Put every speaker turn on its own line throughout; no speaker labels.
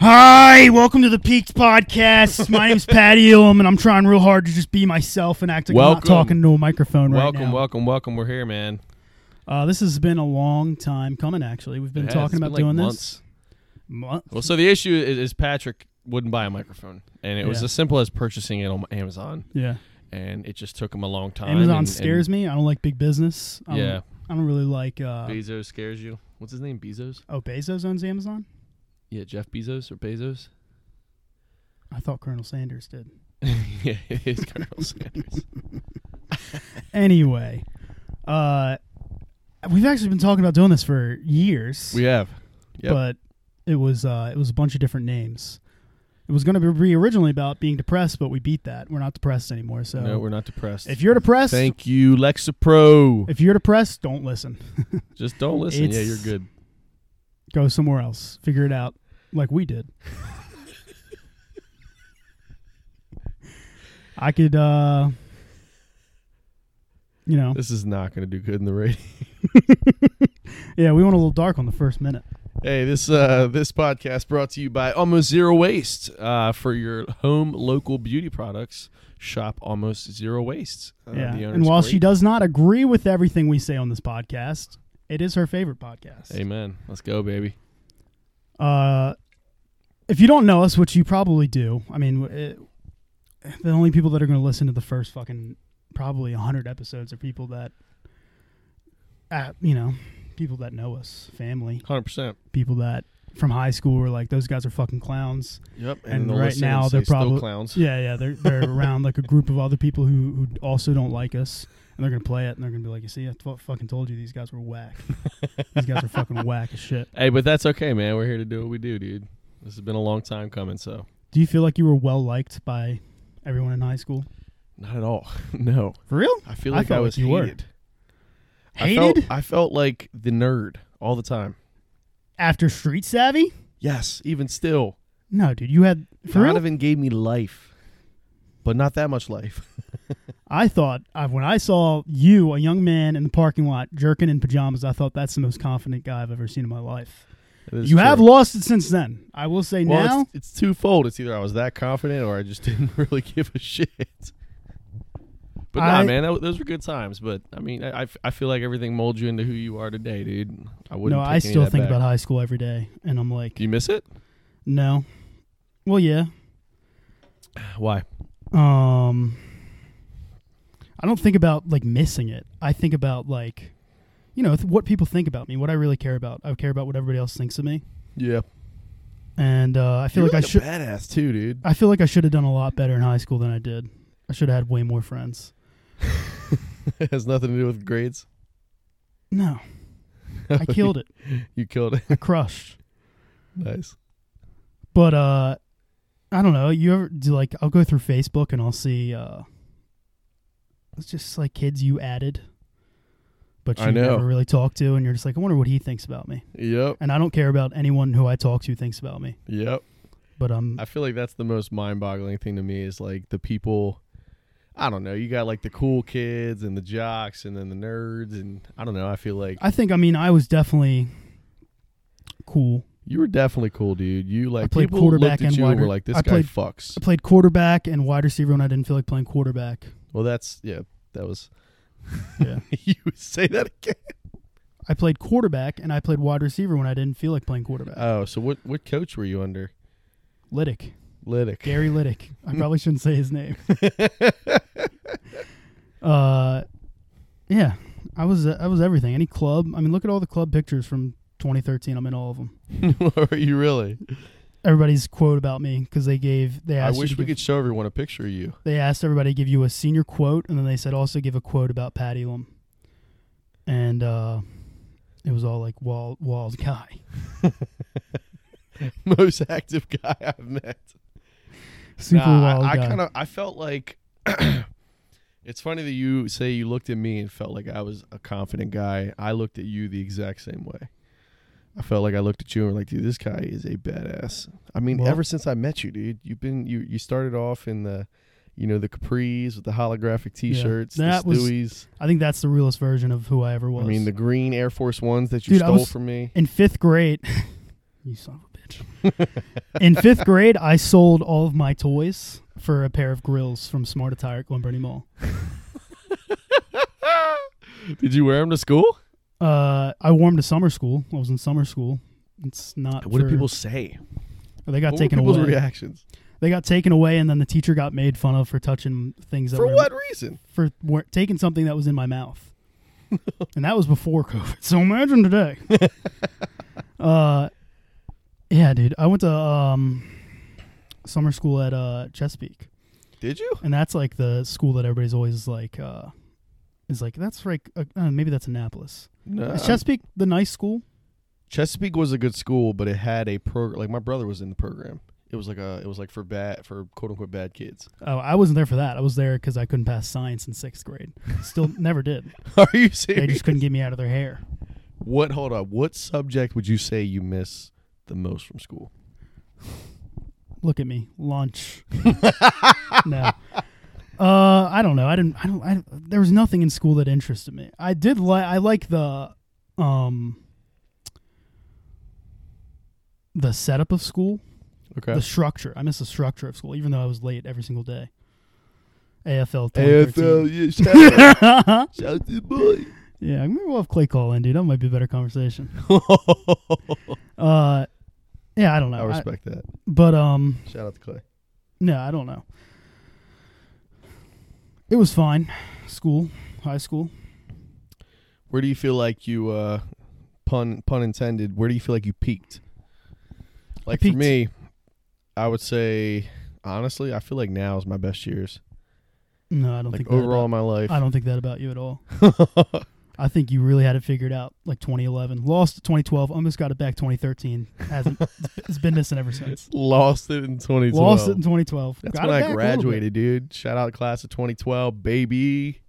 Hi, welcome to the Peaked Podcast. My name's Patty Elam, and I'm trying real hard to just be myself and act like I'm not
Welcome.
talking to a microphone right
welcome,
now.
welcome, welcome. We're here, man.
Uh, this has been a long time coming, actually. We've been
It has.
talking
It's
about
been, like,
doing
months.
this. Month?
Well, so the issue is, is Patrick wouldn't buy a microphone, and it was
Yeah.
as simple as purchasing it on Amazon,
Yeah.
and it just took him a long time.
Amazon
and-
scares me. I don't like big business. I
And,
don't,
yeah,
I don't really like. Uh,
Bezos scares you. What's his name? Bezos?
oh, Bezos owns Amazon?
Yeah, Jeff Bezos or Bezos?
I thought Colonel Sanders did.
yeah, it is Colonel Sanders.
Anyway, uh, we've actually been talking about doing this for years.
We have. Yep.
but it was uh, it was a bunch of different names. It was going to be originally about being depressed, but we beat that. We're not depressed anymore. So
no, we're not depressed.
if you're depressed,
Thank you, Lexapro.
if you're depressed, don't listen.
Just don't listen. Yeah,
It's-
you're good.
Go somewhere else. Figure it out, like we did. I could, uh, you know,
This is not going to do good in the radio.
yeah. We went a little dark on the first minute.
Hey, this uh, this podcast brought to you by Almost Zero Waste uh, for your home local beauty products. Shop Almost Zero Waste. Uh,
yeah.
the owner's
And while she
great.
does not agree with everything we say on this podcast, it is her favorite podcast.
Amen. Let's go, baby.
Uh, if you don't know us, which you probably do, I mean, it, the only people that are going to listen to the first fucking probably 100 episodes are people that, uh, you know, people that know us, family,
Hundred percent.
people that from high school were like, those guys are fucking clowns.
Yep.
And
they'll
right
listen
now
and
they're
say, "Still
probably-
clowns.
Yeah, yeah. They're, they're around like a group of other people who, who also don't like us. And they're going to play it and they're going to be like, you see, I t- fucking told you these guys were whack. these guys are fucking whack as shit.
Hey, but that's okay, man. We're here to do what we do, dude. This has been a long time coming, so
Do you feel like you were well liked by everyone in high school?
not at all. no,
For real?
I feel
I
like I,
felt
was
like you were.
hated.
Hated?
I felt, I felt like the nerd all the time.
after Street Savvy?
Yes, even still.
No, dude, you had for real?
Donovan gave me life, but not that much life.
I thought I, when I saw you, a young man in the parking lot jerking in pajamas, I thought that's the most confident guy I've ever seen in my life.
That is
You have
true.
lost it since then. I will say
well,
now,
It's, it's twofold. It's either I was that confident or I just didn't really give a shit. But nah,
I-
man, that, those were good times. But I mean, I, I f- I feel like everything molds you into who you are today, dude. I wouldn't.
no,
take
I
any
still
of that
think
back.
about high school every day, and I'm like,
Do you miss it?
no. Well, yeah.
Why?
Um, I don't think about like missing it. I think about like, you know, th- what people think about me, what I really care about. I care about what everybody else thinks of me,
Yeah,
and uh, I feel like I should.
badass too, dude.
I feel like I should have done a lot better in high school than I did. I should have had way more friends.
it has nothing to do with grades.
No, I killed it.
you killed it.
I crushed.
nice.
But uh, I don't know. You ever do like? I'll go through Facebook and I'll see. uh It's just like kids you added, but you
I know.
never really talk to, and you're just like, I wonder what he thinks about me.
Yep.
And I don't care about anyone who I talk to thinks about me.
Yep.
But um,
I feel like that's the most mind-boggling thing to me is like the people. I don't know. You got like the cool kids and the jocks and then the nerds and I don't know. I feel like
I think I mean I was definitely cool.
you were definitely cool, dude. You like
played
people
quarterback
looked at
and
you
wide
and were
re-
like, "This
I
guy
played-
fucks."
I played quarterback and wide receiver when I didn't feel like playing quarterback.
Well, that's yeah. That was
Yeah.
you would say that again.
I played quarterback and I played wide receiver when I didn't feel like playing quarterback.
Oh, so what what coach were you under?
Liddick,
Liddick.
Gary Liddick. I probably shouldn't say his name. uh, yeah, I was uh, I was everything. Any club? I mean, look at all the club pictures from 2013. I'm in all of them.
were you really?
Everybody's quote about me because they gave they
I
asked you
wish
to
we
give-
could show everyone a picture of you.
they asked everybody to give you a senior quote and then they said also give a quote about Pat Elam. And uh, it was all like wall walls guy.
Most active guy I've met.
Super
Nah,
wild
I, I
guy.
kind of I felt like it's funny that you say you looked at me and felt like I was a confident guy. I looked at you the exact same way. I felt like I looked at you and were like, dude, this guy is a badass. I mean,
Well-
ever since I met you, dude, you've been you you started off in the you know the capris with the holographic T-shirts,
that
the
was-
Stewies.
I think that's the realest version of who I ever was.
I mean, the green Air Force ones that you
Dude, I
stole
was-
from me.
in fifth grade. you son of a bitch. bitch. In fifth grade, I sold all of my toys for a pair of grills from Smart Attire at Glen Burnie Mall.
Did you wear them to school?
Uh, I warmed to summer school. I was in summer school. It's not.
What did
for-
people say?
They got
what
taken
were people's
away.
reactions?
They got taken away, and then the teacher got made fun of for touching things that
For
were
what reason?
for were, taking something that was in my mouth, and that was before COVID. So imagine today. uh, yeah, dude. I went to um, summer school at uh, Chesapeake,
Did you?
and that's like the school that everybody's always like uh, is like that's like uh, uh, maybe that's Annapolis.
No.
is Chesapeake the nice school?
Chesapeake was a good school, but it had a program. Like my brother was in the program. It was like a. It was like for bad for quote unquote bad kids.
Oh, I wasn't there for that. I was there because I couldn't pass science in sixth grade. Still, never did.
Are you
They
serious?
just couldn't get me out of their hair.
What? Hold on. What subject would you say you miss the most from school?
Look at me, lunch. no, uh, I don't know. I didn't. I don't. I, there was nothing in school that interested me. I did like. I like the, um, the setup of school,
Okay.
the structure. I miss the structure of school, even though I was late every single day. AFL. 2013.
AFL, shout out, shout out to the boy.
yeah, maybe we'll have Clay call in, dude. That might be a better conversation. Uh, yeah, I don't know.
I
I-
respect that.
but um,
Shout out to Clay.
No, I don't know. It was fine. School, high school.
Where do you feel like you, uh, pun pun intended, where do you feel like you peaked? Like
peaked.
for me, I would say honestly, I feel like now is my best years.
No, I don't
Like
think
overall in
That
my life.
about, I don't think that about you at all. I think you really had it figured out. Like 2011, lost 2012, almost got it back 2013. Hasn't. it's been missing ever since.
Lost it in 2012.
Lost it in 2012.
That's
got
when
it
I
back a little bit.
graduated, dude. Shout out class of 2012, baby.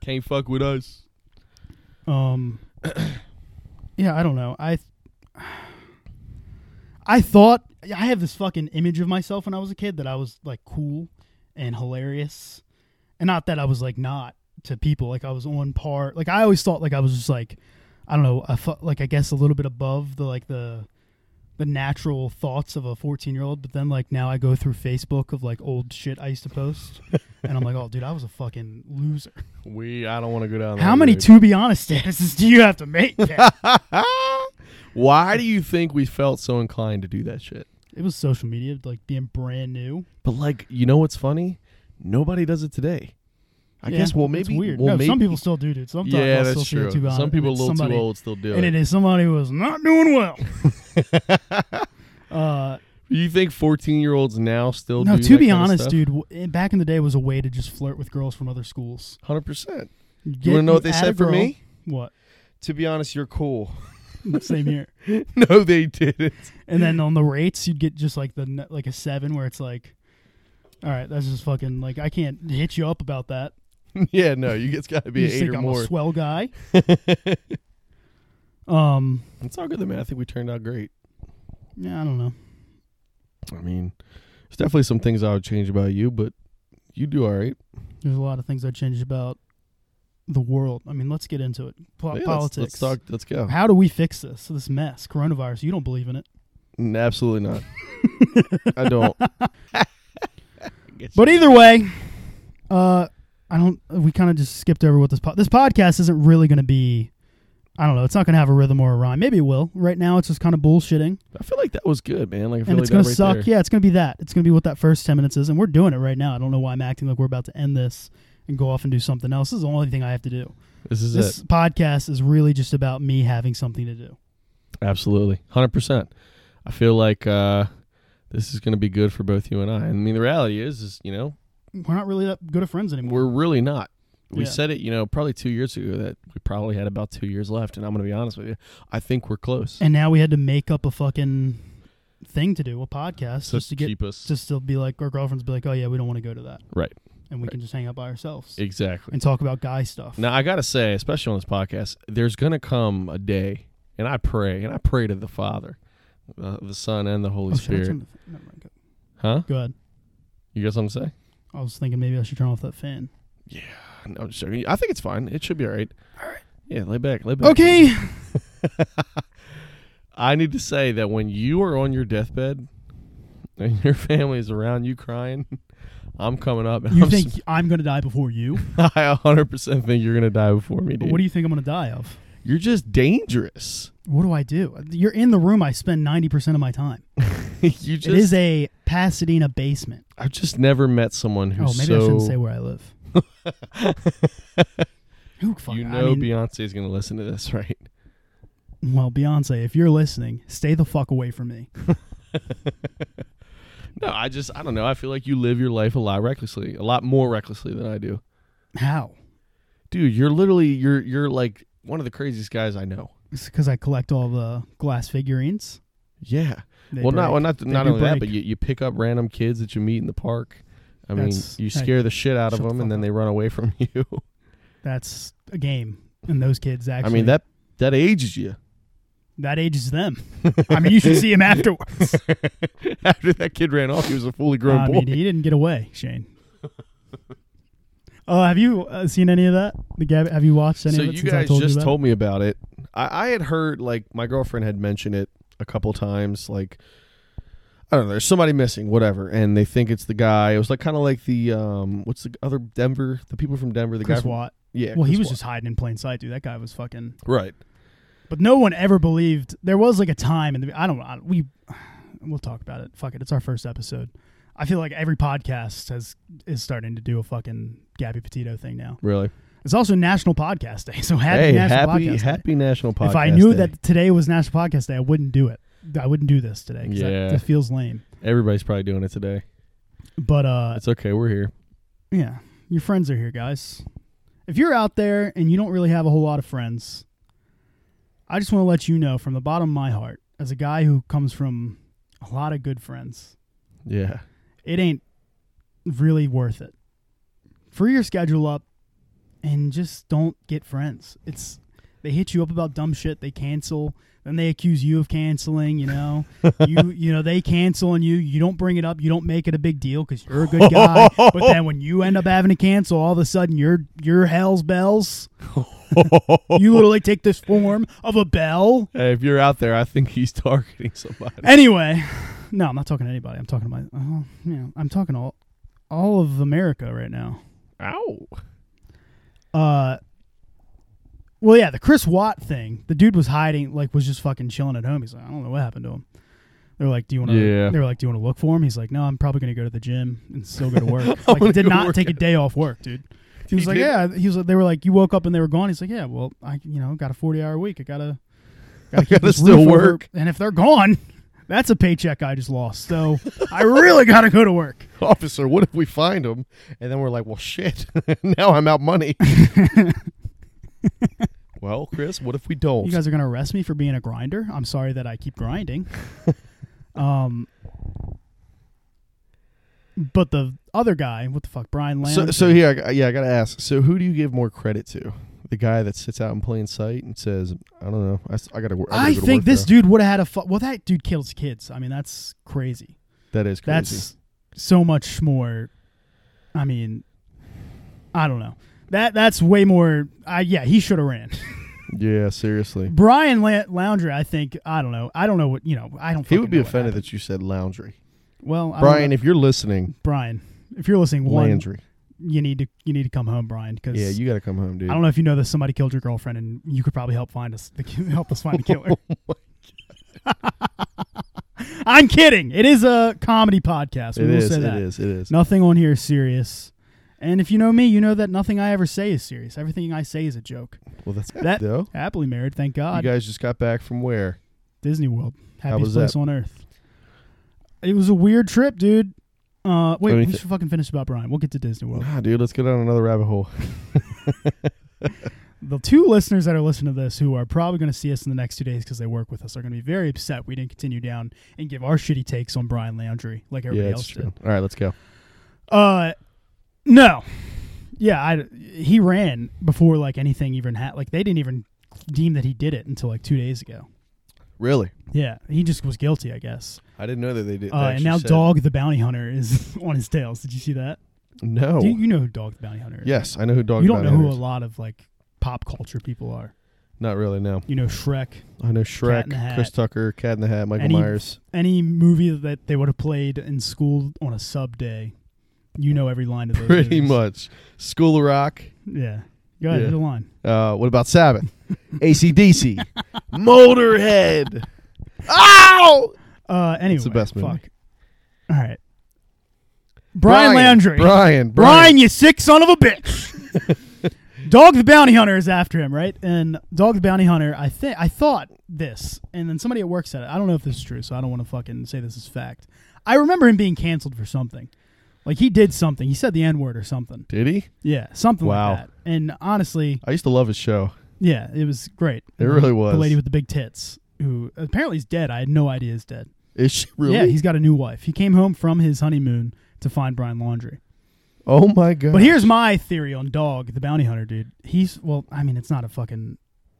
Can't fuck with us.
Um, yeah, I don't know. I I thought I have this fucking image of myself when I was a kid that I was like cool and hilarious, and not that I was like not to people. Like I was on par. Like I always thought like I was just like I don't know. I fu- like I guess a little bit above the like the the natural thoughts of a 14 year old but then like now i go through facebook of like old shit i used to post and i'm like oh dude i was a fucking loser
We I don't want to go down.
how
that
many
road.
to be honest statuses do you have to make? Pat?
Why do you think we felt so inclined to do that shit?
it was social media, like being brand new.
But like, you know what's funny? Nobody does it today. I
Yeah,
guess well
it's
maybe
weird.
well,
no,
maybe,
some people still do, dude. Sometimes
yeah,
I'll
that's
still see
true.
it, to be honest.
Some people a
It's
little
somebody-
too old still do
and
it.
it is somebody who is not doing well. uh,
you think fourteen year olds now still?
no,
do
to be honest, dude, w- it- back in the day was a way to just flirt with girls from other schools.
Hundred percent.
You,
You want to know what they said for me?
What?
To be honest, you're cool.
Same here.
no, they didn't.
And then on the rates, you'd get just like the n- like a seven, where it's like, all right, that's just fucking like I can't hit you up about that.
yeah, no, you it's got to be
you
an
just
eight
think
or
I'm
more.
a swell guy. um,
It's all good, though, man. I think we turned out great.
Yeah, I don't know.
I mean, there's definitely some things I would change about you, but you do all right.
There's a lot of things I changed about the world. I mean, let's get into it. Po-
Yeah, let's-
politics.
Let's, talk. Let's go.
How do we fix this? This mess, coronavirus. You don't believe in it,
N- Absolutely not. I don't.
but either way, uh, I don't. We kind of just skipped over what this po- this podcast isn't really going to be. I don't know. It's not going to have a rhythm or a rhyme. Maybe it will. Right now, it's just kind of bullshitting,
I feel like that was good, man. Like I feel
and
like
it's going
that
to
right
suck.
there-
Yeah, it's going to be that. It's going to be what that first ten minutes is, and we're doing it right now. I don't know why I'm acting like we're about to end this and go off and do something else. This is the only thing I have to do.
This is
this
it.
podcast is really just about me having something to do.
Absolutely, hundred percent. I feel like uh, this is going to be good for both you and I. I mean, the reality is, is you know,
We're not really that good of friends anymore.
we're really not. We
Yeah.
said it, you know, probably two years ago that we probably had about two years left, and I'm going to be honest with you, I think we're close.
and now we had to make up a fucking thing to do, a podcast,
So
just to get
keep us
just to be like our girlfriends be like, oh yeah, we don't want to go to that,
right,
and we
Right.
can just hang out by ourselves
exactly.
and talk about guy stuff.
Now I gotta say, especially on this podcast, there's gonna come a day, and I pray, and I pray to the Father, uh, the Son, and the Holy
Oh, should I
Spirit.
turn the- never mind, go-
Huh?
Go ahead.
You got something to say? Ah,
I was thinking maybe I should turn off that fan.
No, I'm just joking. I think it's fine. It should be all right. All right. Yeah, lay back, lay back.
Okay,
I need to say that when you are on your deathbed and your family is around you crying, I'm coming up. And
You
I'm
think
s-
I'm going to die before you?
I 100% think you're going to die before me,
But
dude.
what do you think I'm going to die of?
you're just dangerous.
What do I do? You're in the room I spend 90% of my time.
you
it
just
is a Pasadena basement.
I've just never met someone
Oh,
who's
maybe
so
I shouldn't say where I live. Who fuck,
you
I
know
mean,
Beyonce's going to listen to this, right?
well, Beyonce, if you're listening, stay the fuck away from me.
No, I just I don't know. I feel like you live your life a lot recklessly, a lot more recklessly than I do.
How?
Dude, you're literally you're you're like one of the craziest guys I know.
It's because I collect all the glass figurines.
Yeah.
They
well,
break.
not well, not not
do
only that,
break.
but you, you pick up random kids that you meet in the park. I mean,
That's-
you
hey,
scare the shit out of
shut the
them,
fuck
and then
up.
they run away from you.
That's a game. And those kids
I
actually.
mean that that ages you.
that ages them. I mean, you should see him afterwards.
After that kid ran off, he was a fully grown
I
boy.
mean, he didn't get away, Shane. Oh, have you uh, seen any of that? The Gab- have you watched any
so
of it
you
since
guys
I told
just
you about?
told me about it. I, I had heard like my girlfriend had mentioned it a couple times. Like I don't know, there's somebody missing, whatever, and they think it's the guy. It was like kind of like the um, what's the other Denver? The people from Denver, the
Chris
guy from
Watt?
yeah.
well, he
Chris
was
Watt.
just hiding in plain sight, dude. That guy was fucking.
right.
But no one ever believed. There was like a time, and I don't. I, we we'll talk about it. Fuck it. It's our first episode. I feel like every podcast has is starting to do a fucking Gabby Petito thing now.
Really.
It's also National Podcast Day, so happy
hey,
National
happy
Podcast Day.
happy National Podcast.
if I knew
Day.
that today was National Podcast Day, I wouldn't do it. I wouldn't do this today. 'cause
Yeah.
that, that feels lame.
everybody's probably doing it today.
But uh,
It's okay. We're here.
yeah, your friends are here, guys. If you're out there and you don't really have a whole lot of friends, I just want to let you know from the bottom of my heart, as a guy who comes from a lot of good friends,
Yeah.
it ain't really worth it. Free your schedule up and just don't get friends. It's they hit you up about dumb shit, they cancel, then they accuse you of canceling, you know. you you know, they cancel on you, you don't bring it up, you don't make it a big deal cuz you're a good guy. but then when you end up having to cancel, all of a sudden you're you're hell's bells. You literally take this form of a bell.
Hey, if you're out there, I think he's targeting somebody.
Anyway, no, I'm not talking to anybody. I'm talking to my oh, you know, I'm talking to all all of America right now.
Ow.
uh well yeah the chris watt thing the dude was hiding like was just fucking chilling at home he's like i don't know what happened to him they're like do you want to
Yeah.
they were like do you want to look for him he's like no i'm probably gonna go to the gym and still go to work like he
wanna
did
go
not
work
take a
out.
day off work dude he was like
did?
yeah he was like they were like you woke up and they were gone he's like yeah well i you know got a 40 hour week i gotta gotta, keep
gotta
this
still
roof over-
work.
and if they're gone that's a paycheck i just lost so i really gotta go to work
officer, what if we find him? And then we're like, well, shit, now I'm out money. well, Chris, what if we don't?
You guys are going to arrest me for being a grinder. I'm sorry that I keep grinding. um, but the other guy, what the fuck, Brian Lamb?
so, so here, I- yeah, I gotta ask. So, who do you give more credit to? The guy that sits out in plain sight and says, "I don't know, I, s- I gotta work." I, gotta
I
go to
think
work
this
now."
dude would have had a fu- well. That dude kills kids. I mean, that's crazy.
that is crazy.
That's so much more. I mean, I don't know. That that's way more. I yeah, he should have ran.
yeah, seriously,
Brian La- Laundry, I think. I don't know. I don't know what you know. I don't.
he
fucking
would be
know what
offended
happened.
that you said Laundry.
Well, I don't
Brian,
know.
if you're listening,
Brian, if you're listening, one,
Landry,
you need to you need to come home, Brian. Because
yeah, you gotta come home, dude.
I don't know if you know this. Somebody killed your girlfriend, and you could probably help find us. The, help us find the killer.
Oh
I'm kidding. It is a comedy podcast. We
It
will
is,
say
it
that.
is, it is.
Nothing on here is serious. And if you know me, you know that nothing I ever say is serious. Everything I say is a joke.
Well, that's it
That-
though.
Happily married, thank
You
God.
guys just got back from where?
Disney World, happiest
was that?
place on earth. It was a weird trip, dude. Uh, wait, we
Anything-
should fucking finish about Brian. We'll get to Disney World.
Nah, dude, let's go down another rabbit hole.
the two listeners that are listening to this who are probably going to see us in the next two days because they work with us are going to be very upset we didn't continue down and give our shitty takes on Brian Laundry like everybody
yeah,
else
it's true.
did.
All right, let's go.
Uh, no, yeah, I he ran before like anything even had like they didn't even deem that he did it until like two days ago.
Really?
Yeah, he just was guilty, I guess.
I didn't know that they did. they
Uh, and
actually
now
said-
Dog the Bounty Hunter is on his tails. Did you see that?
No.
Do you, you know who Dog the Bounty Hunter is?
yes, I know who Oh. dog.
you don't know
bounty
who a
hunters-
lot of like pop culture people are.
Not really. No,
You know, Shrek.
I know
in the
Shrek,
Hat.
Chris Tucker, Cat in the Hat, Michael
Any-
Myers.
Any movie that they would have played in school on a sub day, you know every line of those.
Pretty
movies.
much. School of Rock.
Yeah. Go ahead,
Yeah.
hit the line.
Uh, what about Sabbath? ACDC. Motorhead. Ow!
Uh, anyway,
the best movie.
fuck. All right, Brian, Landry.
Brian.
Brian, you sick son of a bitch. Dog the Bounty Hunter is after him, right? And Dog the Bounty Hunter, I think I thought this, and then somebody at work said it. I don't know if this is true, so I don't want to fucking say this is fact. I remember him being canceled for something. Like he did something. He said the N word or something.
Did he?
Yeah, something
Wow.
like that. And honestly,
I used to love his show.
yeah, it was great.
It really was.
The lady with the big tits, who apparently is dead. I had no idea is dead.
Is she really?
Yeah, he's got a new wife. He came home from his honeymoon to find Brian Laundry.
oh my god.
But here's my theory on Dog, the bounty hunter dude. He's well, I mean, it's not a fucking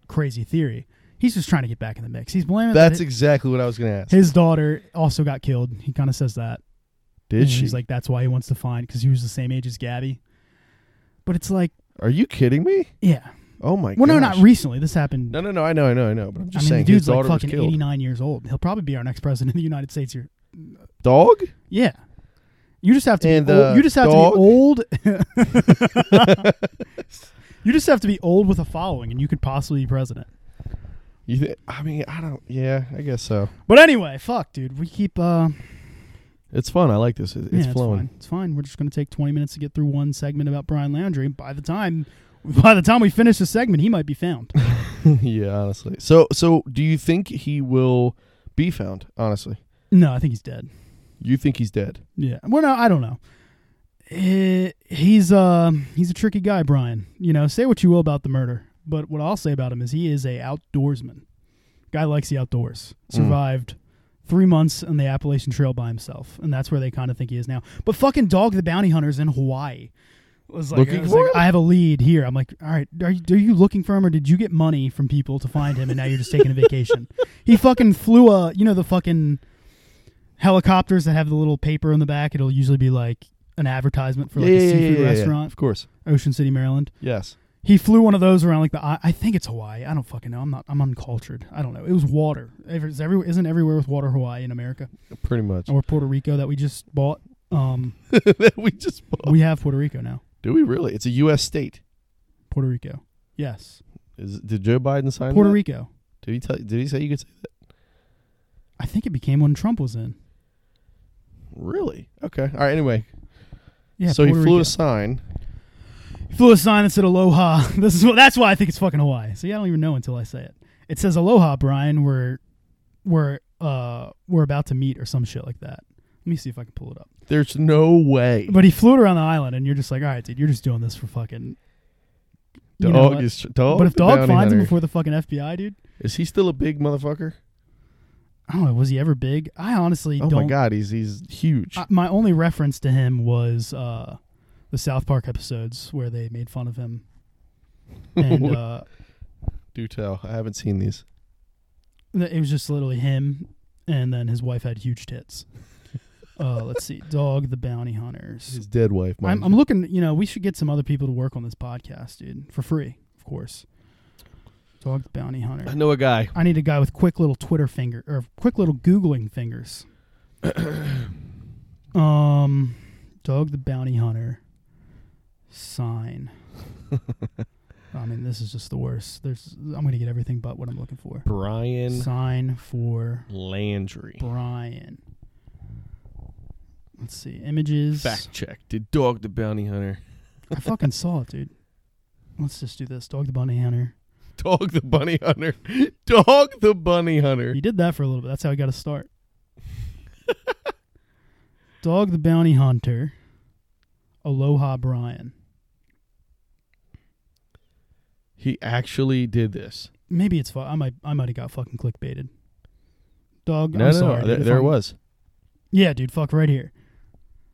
crazy theory. He's just trying to get back in the mix. He's blaming
That's
that
exactly what I was gonna ask.
his daughter also got killed. He kind of says that.
Did
And
she?
He's like, that's why he wants to find because he was the same age as Gabby. But it's like,
Are you kidding me?
yeah.
Oh my
Well,
gosh.
no, not recently. This happened.
No, no, no. I know, I know, I know. But I'm
I
just
mean,
saying
the
his
dude's like
daughter
fucking
was killed.
89 years old. He'll probably be our next president of the United States here.
Dog?
Yeah. You just have to
And,
be old.
uh,
you just have
dog?
to be old. you just have to be old with a following and you could possibly be president.
You th- I mean, I don't. Yeah, I guess so.
But anyway, fuck, dude. We keep uh
It's fun. I like this. It-
yeah,
It's flowing.
It's fine. It's fine. We're just going to take 20 minutes to get through one segment about Brian Landry. By the time by the time we finish this segment, he might be found.
yeah, honestly. So, so do you think he will be found? Honestly,
no, I think he's dead.
you think he's dead?
Yeah. Well, no, I don't know. Eh, he's uh he's a tricky guy, Brian. You know, say what you will about the murder, but what I'll say about him is he is a outdoorsman. Guy likes the outdoors.
Mm.
Survived three months on the Appalachian Trail by himself, and that's where they kind of think he is now. But fucking dog, the bounty hunters in Hawaii. Was like,
Looking
I, was
for
like,
him?
I have a lead here. I'm like, all right, are you, are you looking for him, or did you get money from people to find him, and now you're just taking a vacation? He fucking flew a, you know, the fucking helicopters that have the little paper on the back. It'll usually be like an advertisement for like
yeah,
a
yeah, yeah,
seafood
yeah, yeah.
restaurant,
Of course.
Ocean City, Maryland.
Yes.
He flew one of those around like the I I think it's Hawaii. I don't fucking know. I'm not. I'm uncultured. I don't know. It was water. Every- is every- Isn't everywhere with water Hawaii in America
Pretty much.
or Puerto Rico that we just bought? Um,
That we just bought.
we have Puerto Rico now.
Do we really? It's a U.S. state.
Puerto Rico. Yes,
Is did Joe Biden sign
Puerto
that?
Rico.
Did he tell? Did he say you could say that?
I think it became when Trump was in.
Really? Okay. All right. Anyway,
Yeah.
so he
Puerto
flew a
Rico.
sign.
He flew a sign that said Aloha. This is what, that's why I think it's fucking Hawaii. See, I don't even know until I say it. It says Aloha, Brian. We're we're uh we're about to meet or some shit like that. Let me see if I can pull it up.
There's no way.
But he flew it around the island, and you're just like, all right, dude, you're just doing this for fucking. you know
dog
what?
is dog.
But if
the
dog
bounty
finds him
hunter.
before the fucking FBI, dude,
is he still a big motherfucker?
I don't know. Was he ever big? I honestly
Oh
don't. Uh,
my god, he's he's huge.
I- my only reference to him was uh, the South Park episodes where they made fun of him, and uh,
Do tell. I haven't seen these.
Th- It was just literally him, and then his wife had huge tits. Uh, let's see, Dog the Bounty Hunters.
His dead wife. mind
I'm,
you.
I'm looking. You know, we should get some other people to work on this podcast, dude, for free, of course. Dog the Bounty
I
Hunter.
know a guy.
I need a guy with quick little Twitter finger or quick little googling fingers. um, Dog the Bounty Hunter. Sign. I mean, this is just the worst. There's, I'm gonna get everything but what I'm looking for.
Brian
Sign for
Landry.
Brian. Let's see. Images.
Fact check. Did Dog the Bounty Hunter?
I fucking saw it, dude. Let's just do this. Dog the Bunny Hunter.
Dog the Bunny Hunter. Dog the Bunny Hunter.
You did that for a little bit. That's how I got to start. Dog the Bounty Hunter. Aloha Brian.
He actually did this.
Maybe it's fu- I might I might have got fucking clickbaited. Dog.
No,
I'm
no,
sorry,
no.
dude,
There,
if
there it
I'm-
was.
Yeah, dude. Fuck right here.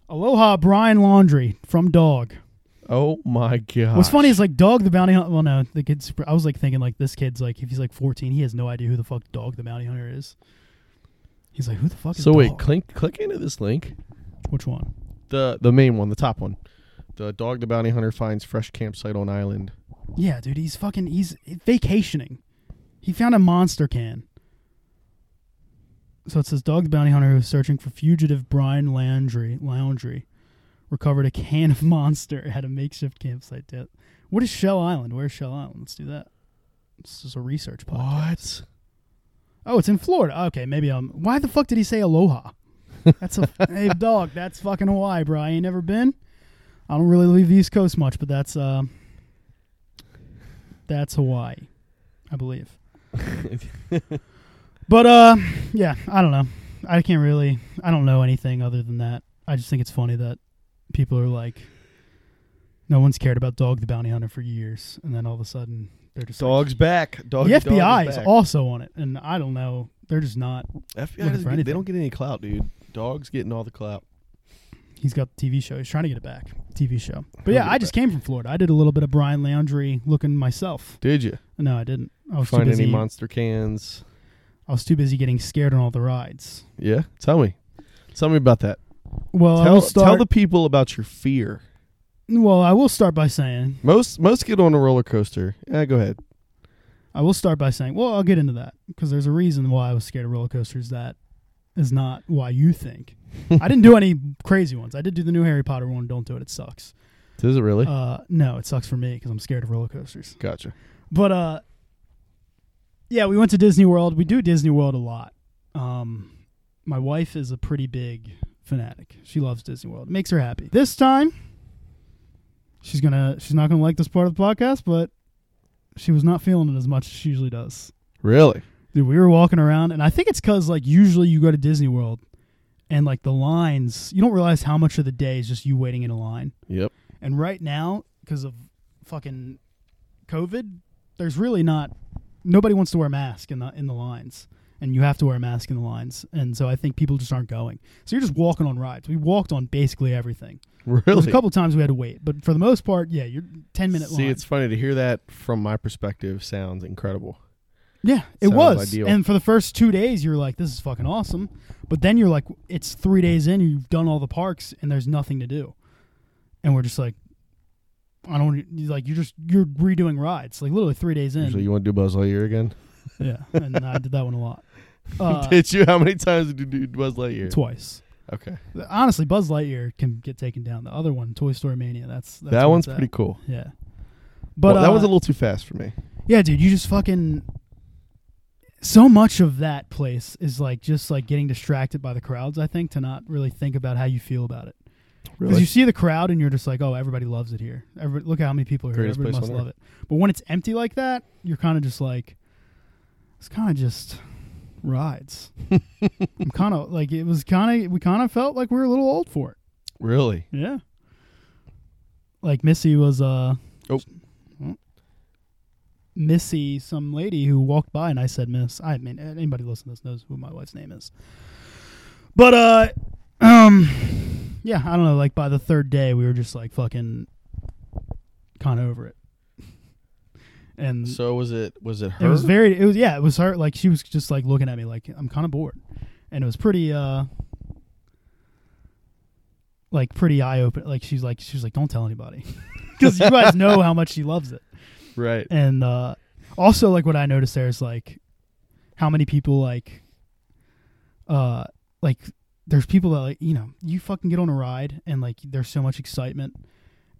Aloha Brian Laundry from Dog.
Oh my god.
What's funny is like Dog the Bounty Hunter. Well, no, the kid's. I was like thinking like this kid's like if he's like 14, he has no idea who the fuck Dog the Bounty Hunter is. He's like, who the fuck is
so wait,
Dog?
click click into this link.
Which one?
The the main one, the top one. The Dog the Bounty Hunter finds fresh campsite on island.
Yeah, dude, he's fucking he's eh, vacationing. He found a monster can. So it says Dog the Bounty Hunter, who was searching for fugitive Brian Landry, Laundry, recovered a can of monster at a makeshift campsite. Da- What is Shell Island? Where's Shell Island? Let's do that. This is a research podcast.
What?
Oh, it's in Florida. Okay, maybe um. Why the fuck did he say aloha? That's a hey dog. That's fucking Hawaii, bro. I ain't never been. I don't really leave the East Coast much, but that's uh, that's Hawaii, I believe. But uh, yeah, I don't know. I can't really. I don't know anything other than that. I just think it's funny that people are like, no one's cared about Dog the Bounty Hunter for years, and then all of a sudden they're just like,
Dog's back. Dog.
the FBI is also on it, and I don't know. They're just not. looking
FBI doesn't
for
get, they
anything.
don't get any clout, dude. Dog's getting all the clout.
He's got the TV show. He's trying to get it back. TV show. But
He'll
yeah,
get
I
it
just came from Florida. I did a little bit of Brian Laundry looking myself.
Did you
No, I didn't. I was too
find
busy.
any monster cans?
I was too busy getting scared on all the rides.
Yeah. Tell me. Tell me about that.
Well, I
tell,
will start.
tell the people about your fear.
well, I will start by saying
Most most get on a roller coaster. Yeah, go ahead.
I will start by saying, well, I'll get into that because there's a reason why I was scared of roller coasters. That is not why you think. I didn't do any crazy ones. I did do the new Harry Potter one. Don't do it. It sucks.
Does it really?
Uh, no, it sucks for me because I'm scared of roller coasters.
gotcha.
But uh, yeah, we went to Disney World. We do Disney World a lot. Um, my wife is a pretty big fanatic. She loves Disney World. It makes her happy. This time, she's gonna. She's not gonna like this part of the podcast, but she was not feeling it as much as she usually does.
Really?
Dude, we were walking around, and I think it's because like usually you go to Disney World, and like the lines, you don't realize how much of the day is just you waiting in a line.
Yep.
And right now, because of fucking COVID, there's really not nobody wants to wear a mask in the in the lines, and you have to wear a mask in the lines, and so I think people just aren't going. So you're just walking on rides. We walked on basically everything. There was
Really?
a couple times we had to wait, but for the most part, yeah, you're ten minute
See,
line.
it's funny to hear that from my perspective. Sounds incredible.
Yeah, it
Sounds
was.
ideal.
And for the first two days, you're like, "This is fucking awesome," but then you're like, "It's three days in, you've done all the parks, and there's nothing to do," and we're just like, "I don't like you're just you're redoing rides like literally three days in."
Usually, you want to do Buzz Lightyear again?
yeah, and I did that one a lot, uh,
did you? How many times did you do Buzz Lightyear?
twice.
okay,
Honestly, Buzz Lightyear can get taken down. The other one, Toy Story Mania, that's, that's
that
where
one's
it's at.
pretty cool.
Yeah, but
Well, that one's
uh,
a little too fast for me.
Yeah, dude, you just fucking so much of that place is like just like getting distracted by the crowds, I think, to not really think about how you feel about it. Because you see the crowd and you're just like, oh, everybody loves it here. Everybody, look how many people are here.
Greatest
Everybody
place
must
on
love it. But when it's empty like that, you're kind of just like, it's kind of just rides. I'm kind of like, it was kind of, we kind of felt like we were a little old for it.
Really?
Yeah. Like Missy was uh
Oh.
Missy, some lady who walked by and I said Miss. I mean anybody listening to this knows who my wife's name is. But uh um yeah, I don't know, like by the third day we were just like fucking kinda over it. And
So was it? Was it her?
it was very it was yeah, it was her like she was just like looking at me like I'm kinda bored. And it was pretty uh like pretty eye open like she's like she was like, Don't tell anybody because you guys know how much she loves it.
right.
And uh also like what I noticed there is like how many people like uh like there's people that like you know, you fucking get on a ride and like there's so much excitement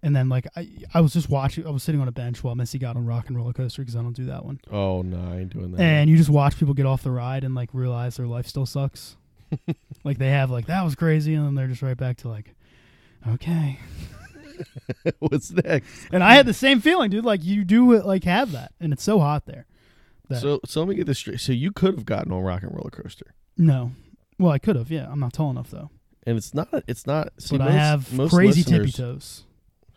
and then like I I was just watching I was sitting on a bench while Missy got on rock and roller coaster because I don't do that one
Oh no, I ain't doing that.
and you just watch people get off the ride and like realize their life still sucks. like they have like that was crazy, and then they're just right back to like, okay.
What's next?
And I had the same feeling, dude. Like you do it, like have that, and it's so hot there. That-
So, so let me get this straight. So you could have gotten on Rock and Roller Coaster,
No, well I could have. Yeah, I'm not tall enough though.
and it's not. It's not. See,
but
most-
I have
most
crazy tippy
listeners-
toes.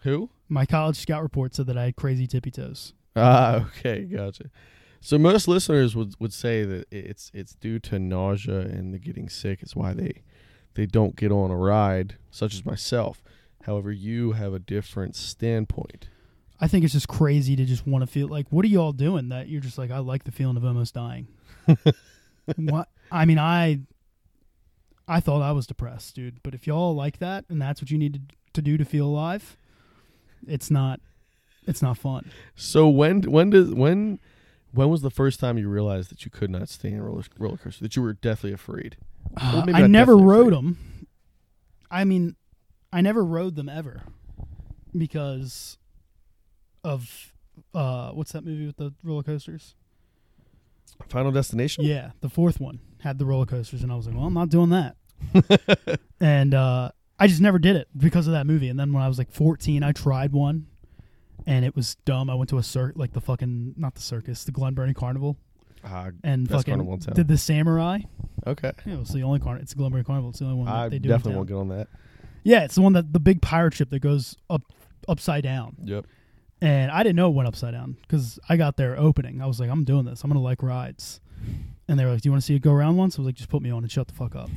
Who?
My college scout report said that I had crazy tippy toes.
Ah, okay, gotcha. So most listeners would would say that i- it's it's due to nausea and the getting sick is why they they don't get on a ride, such as myself. However, you have a different standpoint.
I think it's just crazy to just want to feel like, what are y'all doing? That you're just like, I like the feeling of almost dying. what? I mean, I, I thought I was depressed, dude. But if y'all like that, and that's what you need to, to do to feel alive, it's not, it's not fun.
So when when does when When was the first time you realized that you could not stand roller roller coasters? That you were deathly afraid. Well,
Uh,
maybe
I
not
never
deathly
rode
afraid.
them. I mean, I never rode them ever because of uh, what's that movie with the roller coasters?
Final Destination.
Yeah, the fourth one had the roller coasters, and I was like, well, I'm not doing that. and uh, I just never did it because of that movie. And then when I was like 14, I tried one, and it was dumb. I went to a circ, like the fucking not the circus, the Glen Burnie Carnival,
Ah,
and
Best
fucking
carnival in town.
did the samurai.
okay.
Yeah, it's the only carnival. It's the Glen Burnie Carnival. It's the only one that
I
they do. in
definitely
town.
won't get on that.
Yeah, it's the one that the big pirate ship that goes up upside down.
Yep.
And I didn't know it went upside down because I got there opening. I was like, I'm doing this. I'm gonna like rides. And they were like, Do you want to see it go around once? I was like, Just put me on and shut the fuck up.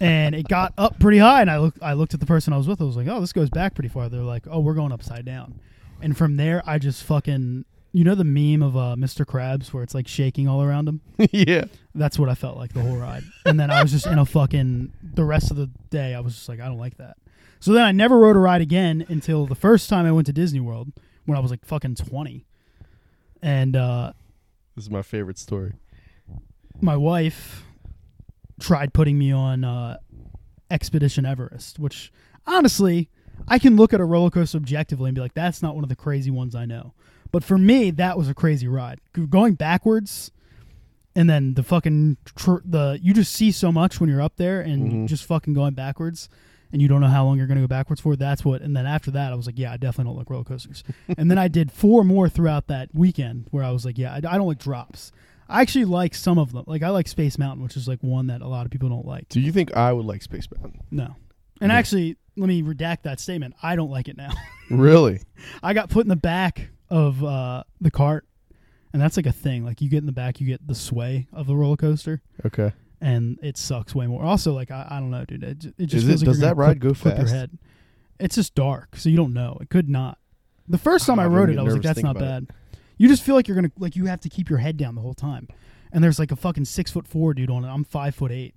and it got up pretty high, and I looked. I looked at the person I was with. I was like, Oh, this goes back pretty far. They're like, Oh, we're going upside down. And from there, I just fucking you know the meme of uh, Mr. Krabs where it's like shaking all around him.
yeah.
That's what I felt like the whole ride. And then I was just in a fucking the rest of the day I was just like, I don't like that. So then I never rode a ride again until the first time I went to Disney World when I was like fucking twenty. And uh
This is my favorite story.
my wife tried putting me on uh Expedition Everest, which honestly, I can look at a roller coaster objectively and be like, that's not one of the crazy ones I know. But for me, that was a crazy ride. G- Going backwards, and then the fucking tr- the you just see so much when you're up there, and
Mhm.
just fucking going backwards, and you don't know how long you're gonna go backwards for. That's what. And then after that, I was like, yeah, I definitely don't like roller coasters. and then I did four more throughout that weekend where I was like, yeah, I, I don't like drops. I actually like some of them. Like I like Space Mountain, which is like one that a lot of people don't like.
Do you think I would like Space Mountain?
No. And
Yeah.
actually, let me redact that statement. I don't like it now.
Really?
I got put in the back of uh, the cart, and that's like a thing. Like you get in the back, you get the sway of the roller coaster,
Okay.
and it sucks way more. Also, like I, I don't know, dude. It, ju- it just
Is
feels
it-
like
does
you're
that
gonna
ride
clip-
go
clip
fast?
Your head. It's just dark, so you don't know. It could not. The first time I
Ah, I'm
rode it,
getting
I was like,
nervous
"That's
thinking
not
about
bad." You just feel like you're gonna like you have to keep your head down the whole time, and there's like a fucking six foot four dude on it. I'm five foot eight,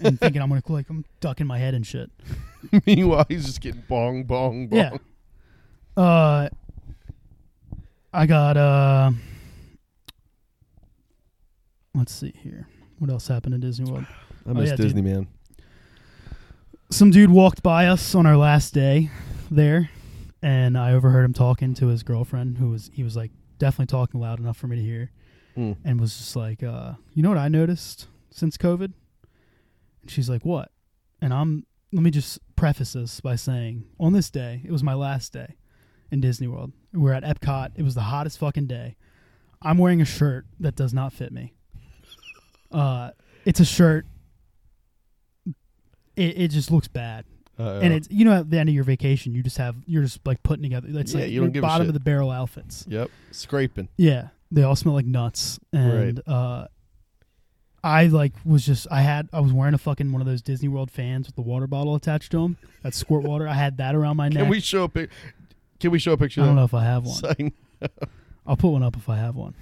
and thinking I'm gonna like I'm ducking my head and shit.
Meanwhile, he's just getting bong, bong, bong.
Yeah. Uh, I got uh. Let's see here. What else happened in Disney World?
I
Oh,
miss
yeah, dude.
Disney, man.
Some dude walked by us on our last day there, and I overheard him talking to his girlfriend, who was he was like definitely talking loud enough for me to hear,
Mm.
and was just like, uh, "You know what I noticed since COVID?" And she's like, "What?" And I'm let me just preface this by saying, on this day, it was my last day in Disney World. We're at Epcot. It was the hottest fucking day. I'm wearing a shirt that does not fit me. Uh, it's a shirt. It, it just looks bad,
Uh,
and it's you know at the end of your vacation you just have you're just like putting together. It's
Yeah,
like
you
your
don't give a
bottom
shit.
of the barrel outfits.
Yep. Scraping.
Yeah, they all smell like nuts, and uh, I like was just I had I was wearing a fucking one of those Disney World fans with the water bottle attached to them that squirt water. I had that around my neck.
Can we show a pic? Can we show a picture?
I don't
of
know if I have one.
that sign?
I'll put one up if I have one.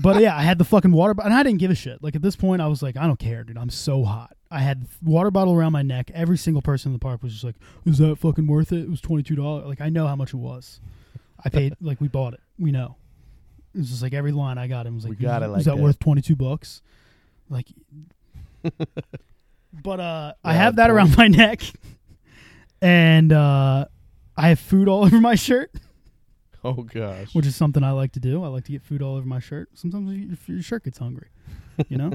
but yeah, I had the fucking water bottle, and I didn't give a shit. Like at this point, I was like, I don't care, dude. I'm so hot. I had th- water bottle around my neck. Every single person in the park was just like, "Is that fucking worth it?" It was twenty two dollars. Like I know how much it was. I paid like we bought it. We know. It was just like every line I got. It was like,
We got it
"Is-
like
is that,
that."
worth twenty two bucks?" Like, but uh, I
Yeah,
have that
boy.
around my neck, and uh, I have food all over my shirt
Oh gosh.
which is something I like to do. I like to get food all over my shirt. Sometimes you- if your shirt gets hungry, you know.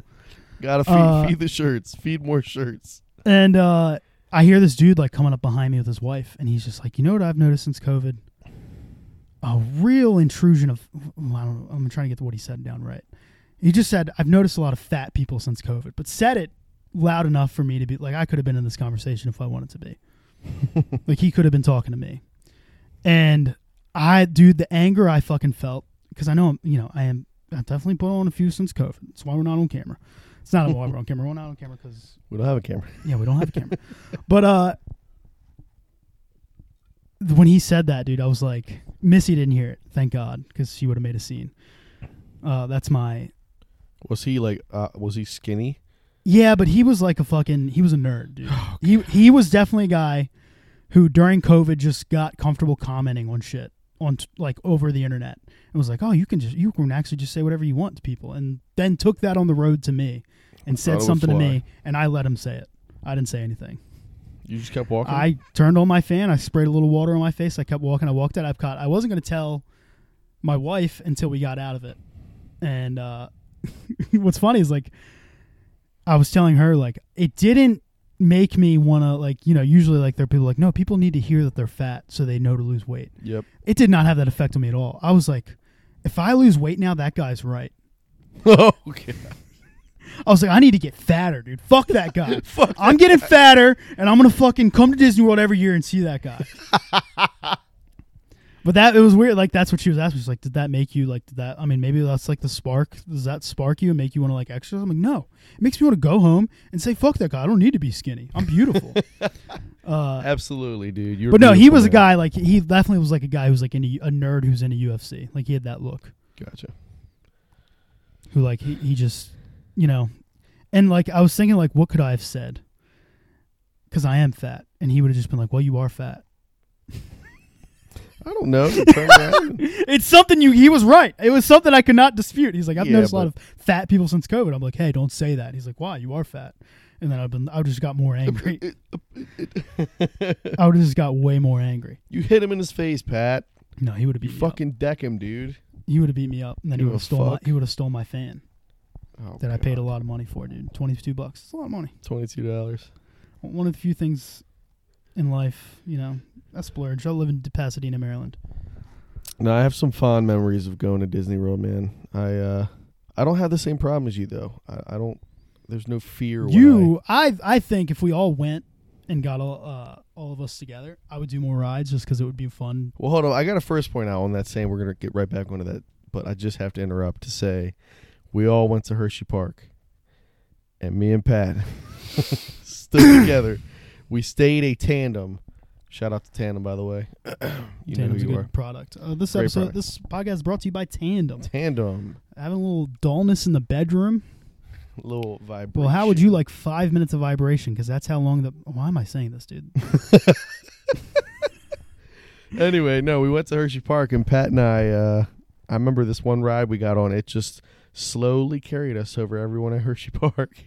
Gotta feed,
uh,
feed the shirts. Feed more shirts.
and uh, I hear this dude like coming up behind me with his wife, and he's just like, "You know what I've noticed since COVID? A real intrusion of well, I don't know. I'm trying to get what he said down right. He just said, "I've noticed a lot of fat people since COVID," but said it loud enough for me to be like, I could have been in this conversation if I wanted to be. like he could have been talking to me, and I, dude, the anger I fucking felt because I know I'm, you know, I am. I definitely put on a few since COVID. That's why we're not on camera. It's not why we're on camera. We're not on camera because
We don't have a camera.
yeah, we don't have a camera. but uh th- when he said that, dude, I was like, Missy didn't hear it, thank God, because she would have made a scene. Uh, that's my
Was he like? Uh, was he skinny?
yeah, but he was like a fucking he was a nerd, dude. he he was definitely a guy who during COVID just got comfortable commenting on shit on t- like over the internet and was like, "Oh, you can just you can actually just say whatever you want to people," and then took that on the road to me and
it
said
would
something to
fly.
me, and I let him say it. I didn't say anything.
You just kept walking.
I turned on my fan. I sprayed a little water on my face. I kept walking. I walked out of Epcot. I wasn't going to tell my wife until we got out of it. And uh, what's funny is like, I was telling her like it didn't make me want to like you know usually like there are people like no people need to hear that they're fat so they know to lose weight.
yep.
It did not have that effect on me at all. I was like, if I lose weight now, that guy's right.
okay.
I was like, I need to get fatter, dude. Fuck that guy.
Fuck
I'm getting fatter, and I'm gonna fucking come to Disney World every year and see that guy. but that it was weird. Like that's what she was asking. She's like, did that make you like did that? I mean, maybe that's like the spark. Does that spark you and make you want to like exercise? I'm like, no. It makes me want to go home and say, fuck that guy. I don't need to be skinny. I'm beautiful. uh,
Absolutely, dude. You're
but no, he
beautiful,
was a
man.
guy like he definitely was like a guy who's like into a nerd who's into UFC. Like he had that look
Gotcha.
who like he, he just you know and like i was thinking like what could i have said because i am fat and he would have just been like well you are fat
I don't know. It turned out-
it's something you he was right it was something i could not dispute he's like i've
Yeah,
noticed a lot of
but-
fat people since covid i'm like hey don't say that he's like why you are fat and then i've been i just got more angry i would have just got way more angry
you hit him in his face, Pat.
no he would have
You
beat me
fucking deck him, dude.
up. he would have beat me up and then he
You
would
a
have stole my,
fuck.
he would have stole my fan
Oh,
that i
God.
paid a lot of money for dude 22 bucks it's a lot of money
twenty-two dollars.
one of the few things in life, you know, I splurge. I live in Pasadena, Maryland.
No, I have some fond memories of going to Disney World, man. I uh, I don't have the same problem as you though. I, I don't. There's no fear. when
You, I, I think if we all went and got all, uh, all of us together, I would do more rides just because it would be fun.
Well, hold on. I got a first point out on that saying. We're gonna get right back onto that, but I just have to interrupt to say, we all went to Hershey Park, and me and Pat stood together. We stayed a tandem. Shout out to Tandem, by the way. you
Tandem's a
know who
good
you are.
product. Uh, this
Great
episode,
product.
this podcast is brought to you by Tandem.
Tandem,
Having a little dullness in the bedroom.
little vibration.
Well, how would you like five minutes of vibration? Because that's how long the. Why am I saying this, dude?
anyway, no, we went to Hershey Park, and Pat and I. Uh, I remember this one ride we got on. It just slowly carried us over everyone at Hershey Park.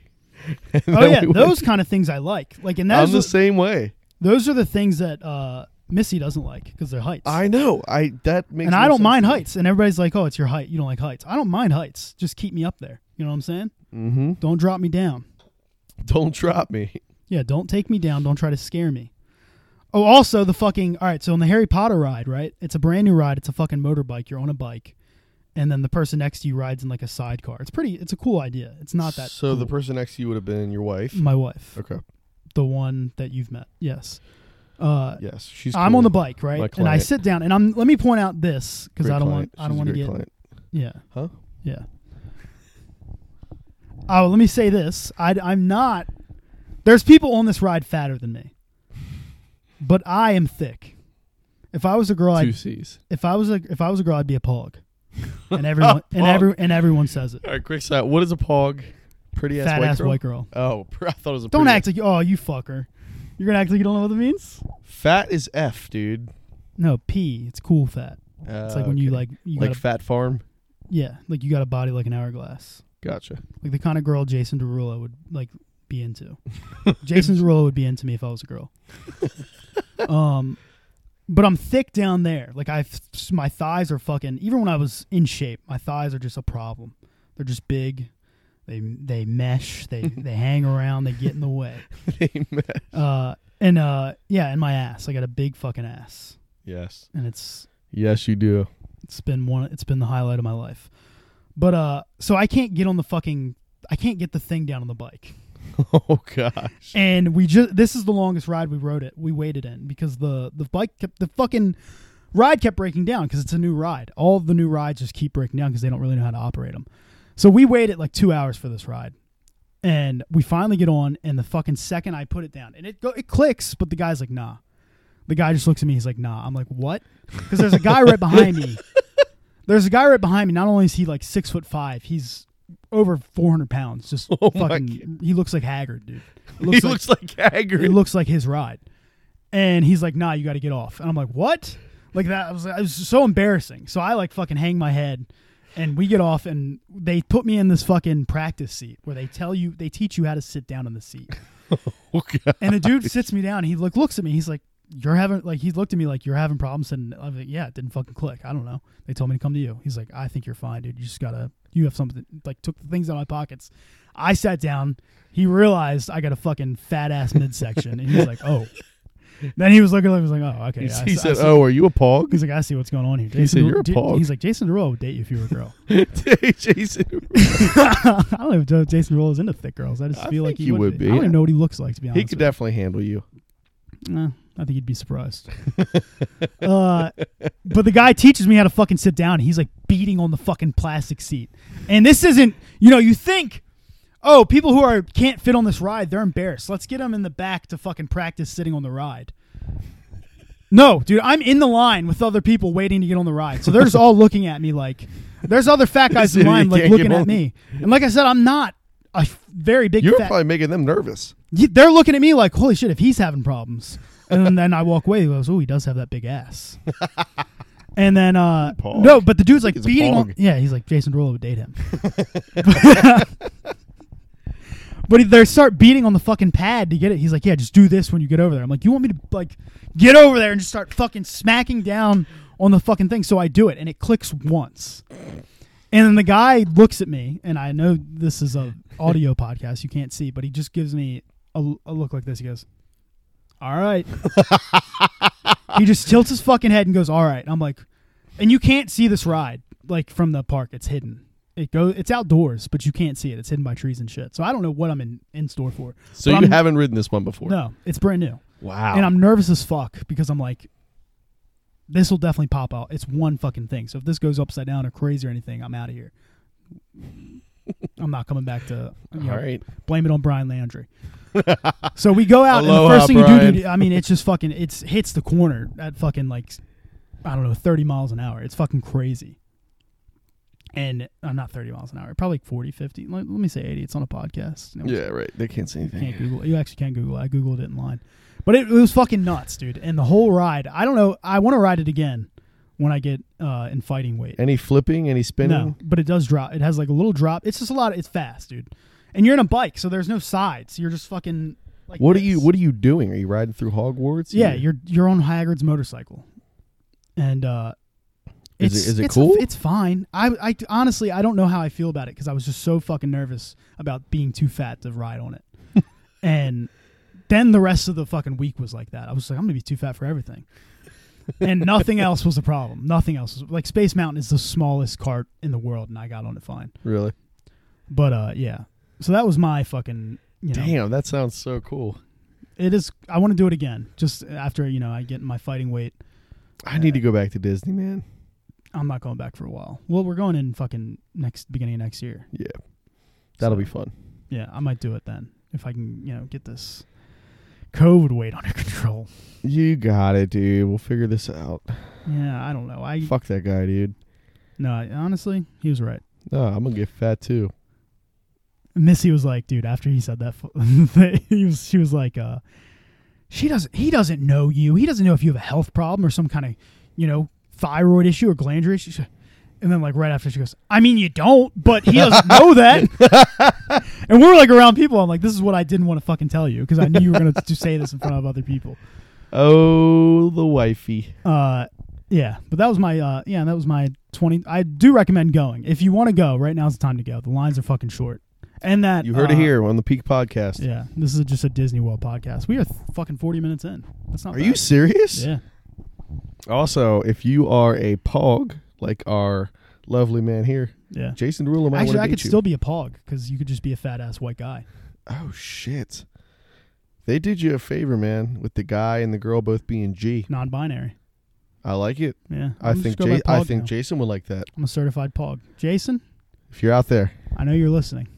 And
oh
then
yeah,
we went-
those kind of things I like. Like, and that's
I'm the same way.
those are the things that uh, Missy doesn't like because they're heights.
I know. I that makes.
and
no
I don't
sense
mind
to me.
heights. And everybody's like, "Oh, it's your height. You don't like heights." I don't mind heights. Just keep me up there. You know what I'm saying?
Mm-hmm.
Don't drop me down.
Don't drop me.
Yeah, don't take me down. Don't try to scare me. Oh, also the fucking all right. So on the Harry Potter ride, right? It's a brand new ride. It's a fucking motorbike. You're on a bike, and then the person next to you rides in like a sidecar. It's pretty. It's a cool idea. It's not that.
So the
cool. Mm.
person next to you would have been your wife.
my wife,
Okay.
the one that you've met, yes. Uh,
Yes, she's.
I'm
cool.
on the bike, right? And I
client.
sit down, and I'm. Let me point out this because
Great
I don't
client.
want. I don't
She's a
want to
great
get.
client.
Yeah.
Huh?
Yeah. Oh, let me say this. I, I'm not. There's people on this ride fatter than me, but I am thick. If I was a girl,
Two
I'd,
C's.
if I was a if I was a girl, I'd be a pog. And everyone and
Pog.
every and everyone says it.
All right, quick side. What is a pog? Pretty ass
Fat
white
ass
girl.
white girl.
Oh, I thought it was a.
Don't
pretty
act like you- oh you fucker. You're gonna act like you don't know what that means.
Fat is F, dude.
No P. It's cool fat.
Uh,
It's like when you
okay.
like you
like
got a,
Fat Farm.
yeah like you got a body like an hourglass.
Gotcha.
like the kind of girl Jason Derulo would like be into. Jason Derulo would be into me if I was a girl. um, but I'm thick down there. Like I, my thighs are fucking. Even when I was in shape, my thighs are just a problem. They're just big. They they mesh. They they hang around. They get in the way.
Amen.
Uh, and uh, yeah, and my ass. I got a big fucking ass,
yes.
and it's
Yes, you do.
it's been one. It's been the highlight of my life. But uh, so I can't get on the fucking. I can't get the thing down on the bike.
oh gosh.
and we just this is the longest ride we rode it we waited in because the the bike kept the fucking ride kept breaking down because it's a new ride all of the new rides just keep breaking down because they don't really know how to operate them so we waited like two hours for this ride and we finally get on and the fucking second i put it down and it go it clicks but the guy's like nah the guy just looks at me he's like nah i'm like what because there's a guy right behind me there's a guy right behind me not only is he like six foot five he's over 400 pounds just
Oh my
fucking he looks like haggard dude It
he looks like Haggard.
it looks like his ride. And he's like, nah, you got to get off. And I'm like, what? Like that I was it was so embarrassing. So I like fucking hang my head and we get off and they put me in this fucking practice seat where they tell you they teach you how to sit down in the seat.
Okay.
And the dude sits me down. He like looks at me. He's like, "You're having like." He looked at me like, "You're having problems." And I was like, "Yeah, it didn't fucking click. I don't know." They told me to come to you. He's like, "I think you're fine, dude. You just gotta. You have something." Like took the things out of my pockets. I sat down. He realized I got a fucking fat ass midsection, and he's like, "Oh." Then he was looking. like, He was like, "Oh, okay."
He,
I
he
see- I
said,
see-
"Oh, are you a pog?"
He's like, "I see what's going on here."
He said,
Jason
"You're a
Deru-
pog."
He's like, "Jason Derulo would date you if you were a girl."
Jason,
I don't know if Jo- Jason Derulo is into thick girls. I just
I
feel
think
like he,
he
would,
would
be.
be.
I don't even know what he looks like to be honest.
he
with
could
you.
definitely handle you.
Nah, I think you'd be surprised. uh, but the guy teaches me how to fucking sit down. He's like beating on the fucking plastic seat. And this isn't, you know, you think, oh, people who are can't fit on this ride, they're embarrassed. Let's get them in the back to fucking practice sitting on the ride. No, dude, I'm in the line with other people waiting to get on the ride. So they're just all looking at me like there's other fat guys in
You
line like
can't get
looking at
on.
me. And like I said, I'm not a f- very big
You're
fat
probably making them nervous.
Ye- they're looking at me like, holy shit, if he's having problems. And then- then I walk away. He goes, oh, he does have that big ass. and then, uh,
Pog.
no, but the dude's like
He's a
beating
pog.
on. Yeah, he's like, Jason Derulo would date him. but they start beating on the fucking pad to get it. He's like, yeah, just do this when you get over there. I'm like, you want me to, like, get over there and just start fucking smacking down on the fucking thing? So I do it, and it clicks once. And then the guy looks at me, and I know this is a audio podcast, you can't see, but he just gives me a, a look like this. He goes, "All right." he just tilts his fucking head and goes, "All right." I'm like, and you can't see this ride like from the park; it's hidden. It go, it's outdoors, but you can't see it. It's hidden by trees and shit. So I don't know what I'm in, in store for.
So
But
you
I'm-
haven't ridden this one before.
No, it's brand new,
Wow.
and I'm nervous as fuck because I'm like, this will definitely pop out. It's one fucking thing. So if this goes upside down or crazy or anything, I'm out of here. I'm not coming back to you know,
All right.
blame it on Brian Landry. so we go out,
Aloha,
and the first thing you do,
Brian.
dude, I mean, it's just fucking, it's hits the corner at fucking like, I don't know, thirty miles an hour. It's fucking crazy. And uh, not thirty miles an hour, probably like 40, 50. Let, let me say eighty. It's on a podcast. No one's-
Yeah, right. They can't say
you can't
anything.
Google. You actually can't Google. it. I googled it in line, but it, it was fucking nuts, dude. And the whole ride, I don't know. I want to ride it again when I get uh, in fighting weight.
Any flipping? Any spinning?
No, but it does drop. It has like a little drop. It's just a lot. Of, it's fast, dude. And you're in a bike, so there's no sides. You're just fucking. Like
What are
this.
you? What are you doing? Are you riding through Hogwarts?
Yeah,
Or-
you're you're on Haggard's motorcycle, and uh, it's
Is it- is it
it's
cool?
it's fine. I, I honestly I don't know how I feel about it because I was just so fucking nervous about being too fat to ride on it, and then the rest of the fucking week was like that. I was like, I'm gonna be too fat for everything, and nothing else was a problem. Nothing else was like Space Mountain is the smallest cart in the world, and I got on it fine.
really.
But uh, yeah, so that was my fucking. You know,
Damn, that sounds so cool.
it is. I want to do it again. Just after you know, I get in my fighting weight.
I need to go back to Disney, man.
I'm not going back for a while. Well, we're going in fucking next beginning of next year.
Yeah, that'll
So,
be fun.
Yeah, I might do it then if I can, you know, get this COVID weight under control.
You got it, dude. We'll figure this out.
Yeah, I don't know. I
Fuck that guy, dude.
no, honestly, he was right.
No, I'm gonna get fat too.
Missy was like, dude, after he said that, fu- he was, she was like, uh, she doesn't, he doesn't know you. He doesn't know if you have a health problem or some kind of, you know, thyroid issue or glandular issue. She's like- And then like right after she goes, I mean, you don't, but he doesn't know that. and we're like around people. I'm like, this is what I didn't want to fucking tell you because I knew you were going to say this in front of other people.
Oh, the wifey.
Uh, yeah, but that was my uh, yeah, that was my twenty. I do recommend going if you want to go. Right now's the time to go. The lines are fucking short, and that
You heard
uh,
it here on the Peak Podcast.
Yeah, this is just a Disney World podcast. We are th- fucking forty minutes in. That's not.
Are
bad.
you serious?
Yeah.
Also, if you are a pog like our lovely man here,
Yeah.
Jason Derulo might
Actually, I
want to
could
you.
still be a pog because you could just be a fat ass white guy.
oh shit! They did you a favor, man, with the guy and the girl both being G.
Non-binary.
I like it.
Yeah.
I
I'm just
think
go by
Ja- I
pog
think
now.
Jason would like that.
I'm a certified pog. Jason,
If you're out there,
I know you're listening,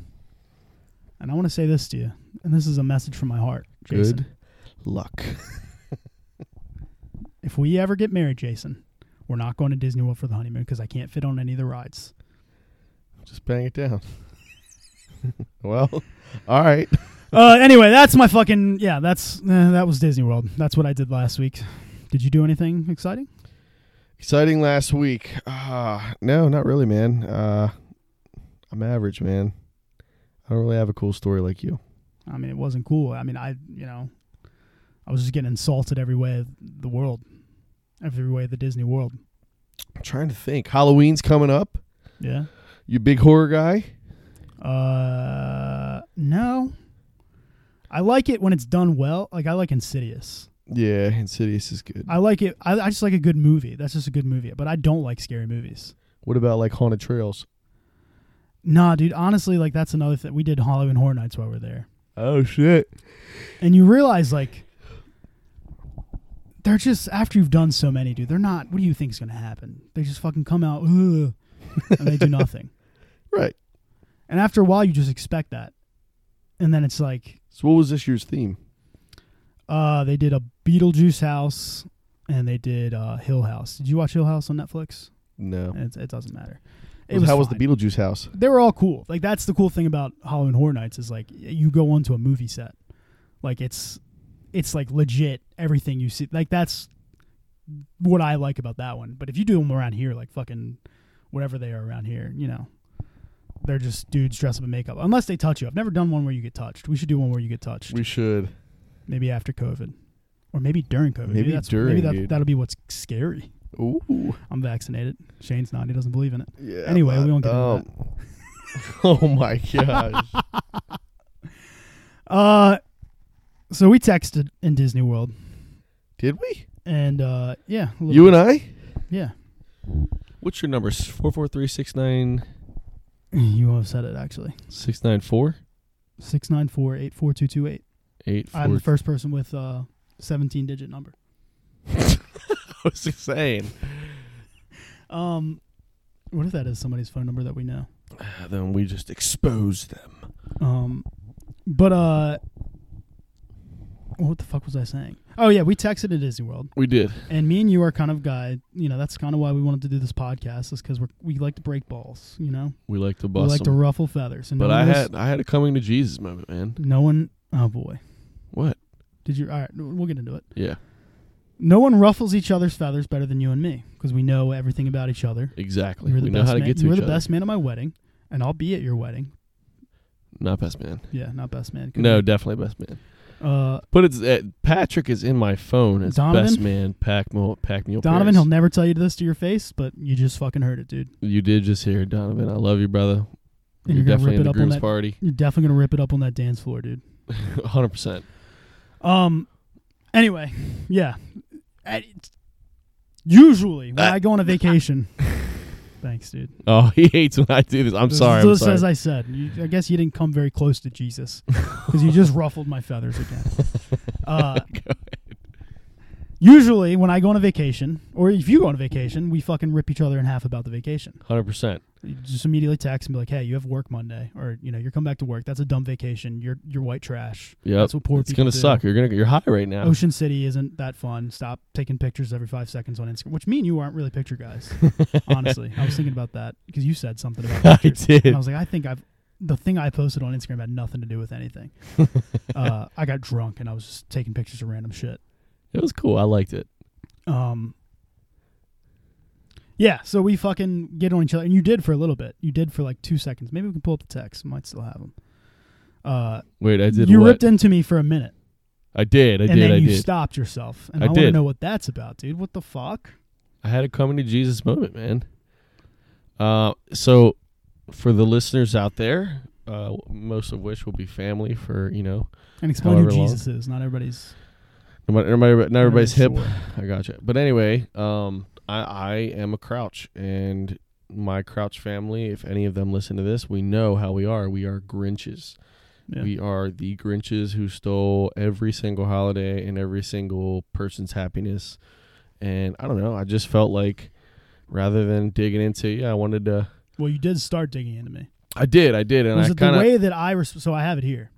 and I want to say this to you, and this is a message from my heart, Jason.
good luck.
if we ever get married, Jason, we're not going to Disney World for the honeymoon because I can't fit on any of the rides.
Just bang it down. well, all right.
Uh, anyway, that's my fucking eh, yeah. That's uh, that was Disney World. That's what I did last week. Did you do anything exciting?
Exciting last week. Uh, no, not really, man. Uh, I'm average, man. I don't really have a cool story like you.
I mean, it wasn't cool. I mean, I you know, I was just getting insulted every way of the world, every way of the Disney world.
I'm trying to think. Halloween's coming up.
Yeah.
You big horror guy?
Uh, no. I like it when it's done well. Like I like Insidious.
Yeah, Insidious is good.
I like it. I, I just like a good movie. That's just a good movie. But I don't like scary movies.
What about like Haunted Trails?
Nah, dude. Honestly, like that's another thing. We did Halloween Horror Nights while we were there,
Oh shit.
and you realize like they're just after you've done so many, dude. They're not. What do you think is gonna happen? They just fucking come out, Ugh, and they do nothing.
Right.
And after a while, you just expect that, and then it's like
So what was this year's theme?
Uh, they did a Beetlejuice house, and they did uh, Hill House. Did you watch Hill House on Netflix?
No.
It, it doesn't matter. It
Well,
was
How was the
fine.
Beetlejuice house?
They were all cool. Like that's the cool thing about Halloween Horror Nights is like y- you go onto a movie set, like it's it's like legit everything you see. Like that's what I like about that one. But if you do them around here, like fucking whatever they are around here, you know, they're just dudes dressed up in makeup. Unless they touch you. I've never done one where you get touched. We should do one where you get touched
We should.
maybe after COVID, or maybe during COVID.
Maybe
that's,
during,
Maybe that,
dude.
that'll be what's scary.
Ooh.
I'm vaccinated. Shane's not. He doesn't believe in it.
Yeah. um,
Anyway, we won't get into
Oh my gosh.
Uh, so we texted in Disney World,
Did we?
and uh, yeah, a little-
You and I?
yeah,
What's your number? Four four three six nine
you have said it actually.
six nine four
Six nine four eight four two two eight.
eight four.
I'm the first person with uh, seventeen digit number.
was insane.
Um, what if that is somebody's phone number that we know?
Then we just expose them.
Um, but uh, what the fuck was I saying? Oh yeah, we texted at Disney World.
We did.
and me and you are kind of guy you know that's kind of why we wanted to do this podcast is because we we like to break balls you know
We like to
we
bust
like to
them.
ruffle feathers and
but
no
I
one was-
had I had a coming to Jesus moment, man.
no one oh boy
What?
did you all right we'll get into it
Yeah,
no one ruffles each other's feathers better than you and me because we know everything about each other
exactly.
you were the
We know
best
how to
man
get to
you were
each
the
other.
best man at my wedding and I'll be at your wedding
Not best man.
yeah not best man could
No,
be.
definitely best man.
uh
But it's uh, Patrick is in my phone as
Donovan?
best man. Pack mule, pack mule.
Donovan
Paris.
he'll never tell you this to your face but you just fucking heard it dude
you did just hear it, Donovan. I love you,
And
brother. you're
you're gonna
definitely
rip
in
it
the
up on
groom's
that-
party.
you're definitely gonna rip it up on that dance floor dude
Hundred percent.
Um. Anyway, yeah. I- usually
Ah.
when I go on a vacation, thanks, dude.
Oh, he hates when I do this. I'm
This-
sorry. I'm
this-
sorry.
As I said, you, I guess you didn't come very close to Jesus because you just ruffled my feathers again. Uh, usually when I go on a vacation, or if you go on a vacation, we fucking rip each other in half about the vacation.
Hundred percent.
You just immediately text and be like, "Hey, you have work Monday, or you know, you're coming back to work. That's a dumb vacation. You're you're white trash.
Yep.
That's what poor
It's
people
gonna
do. Oh,
suck. You're gonna you're high right now.
Ocean City isn't that fun. Stop taking pictures every five seconds on Instagram, which me and you aren't really picture guys. honestly, I was thinking about that because you said something
I
about pictures.
did.
And I was like, I think I've the thing I posted on Instagram had nothing to do with anything. uh, I got drunk and I was just taking pictures of random shit.
It was cool. I liked it.
Um, yeah, so we fucking get on each other, and you did for a little bit. You did for like two seconds. Maybe we can pull up the text. Might still have them. Uh,
Wait, I did.
you
what?
ripped into me for a minute.
I did. I
and
did.
then
I
you
did.
stopped yourself. And
I
I, want to
did.
know what that's about, dude. What the fuck?
I had a coming to Jesus moment, man. Uh, so for the listeners out there, uh, most of which will be family for you know,
And explain
However
who
long.
Jesus is. Not everybody's.
nobody, everybody, not everybody's hip.
sure.
I gotcha. But anyway, um, I, I am a Crouch, and my Crouch family, if any of them listen to this, we know how we are. We are Grinches.
Yeah.
We are the Grinches who stole every single holiday and every single person's happiness. And I don't know. I just felt like rather than digging into, yeah, I wanted to.
well, you did start digging into me.
I did. I did. And
was
I
it the
kind of.
way that I res- so I have it here.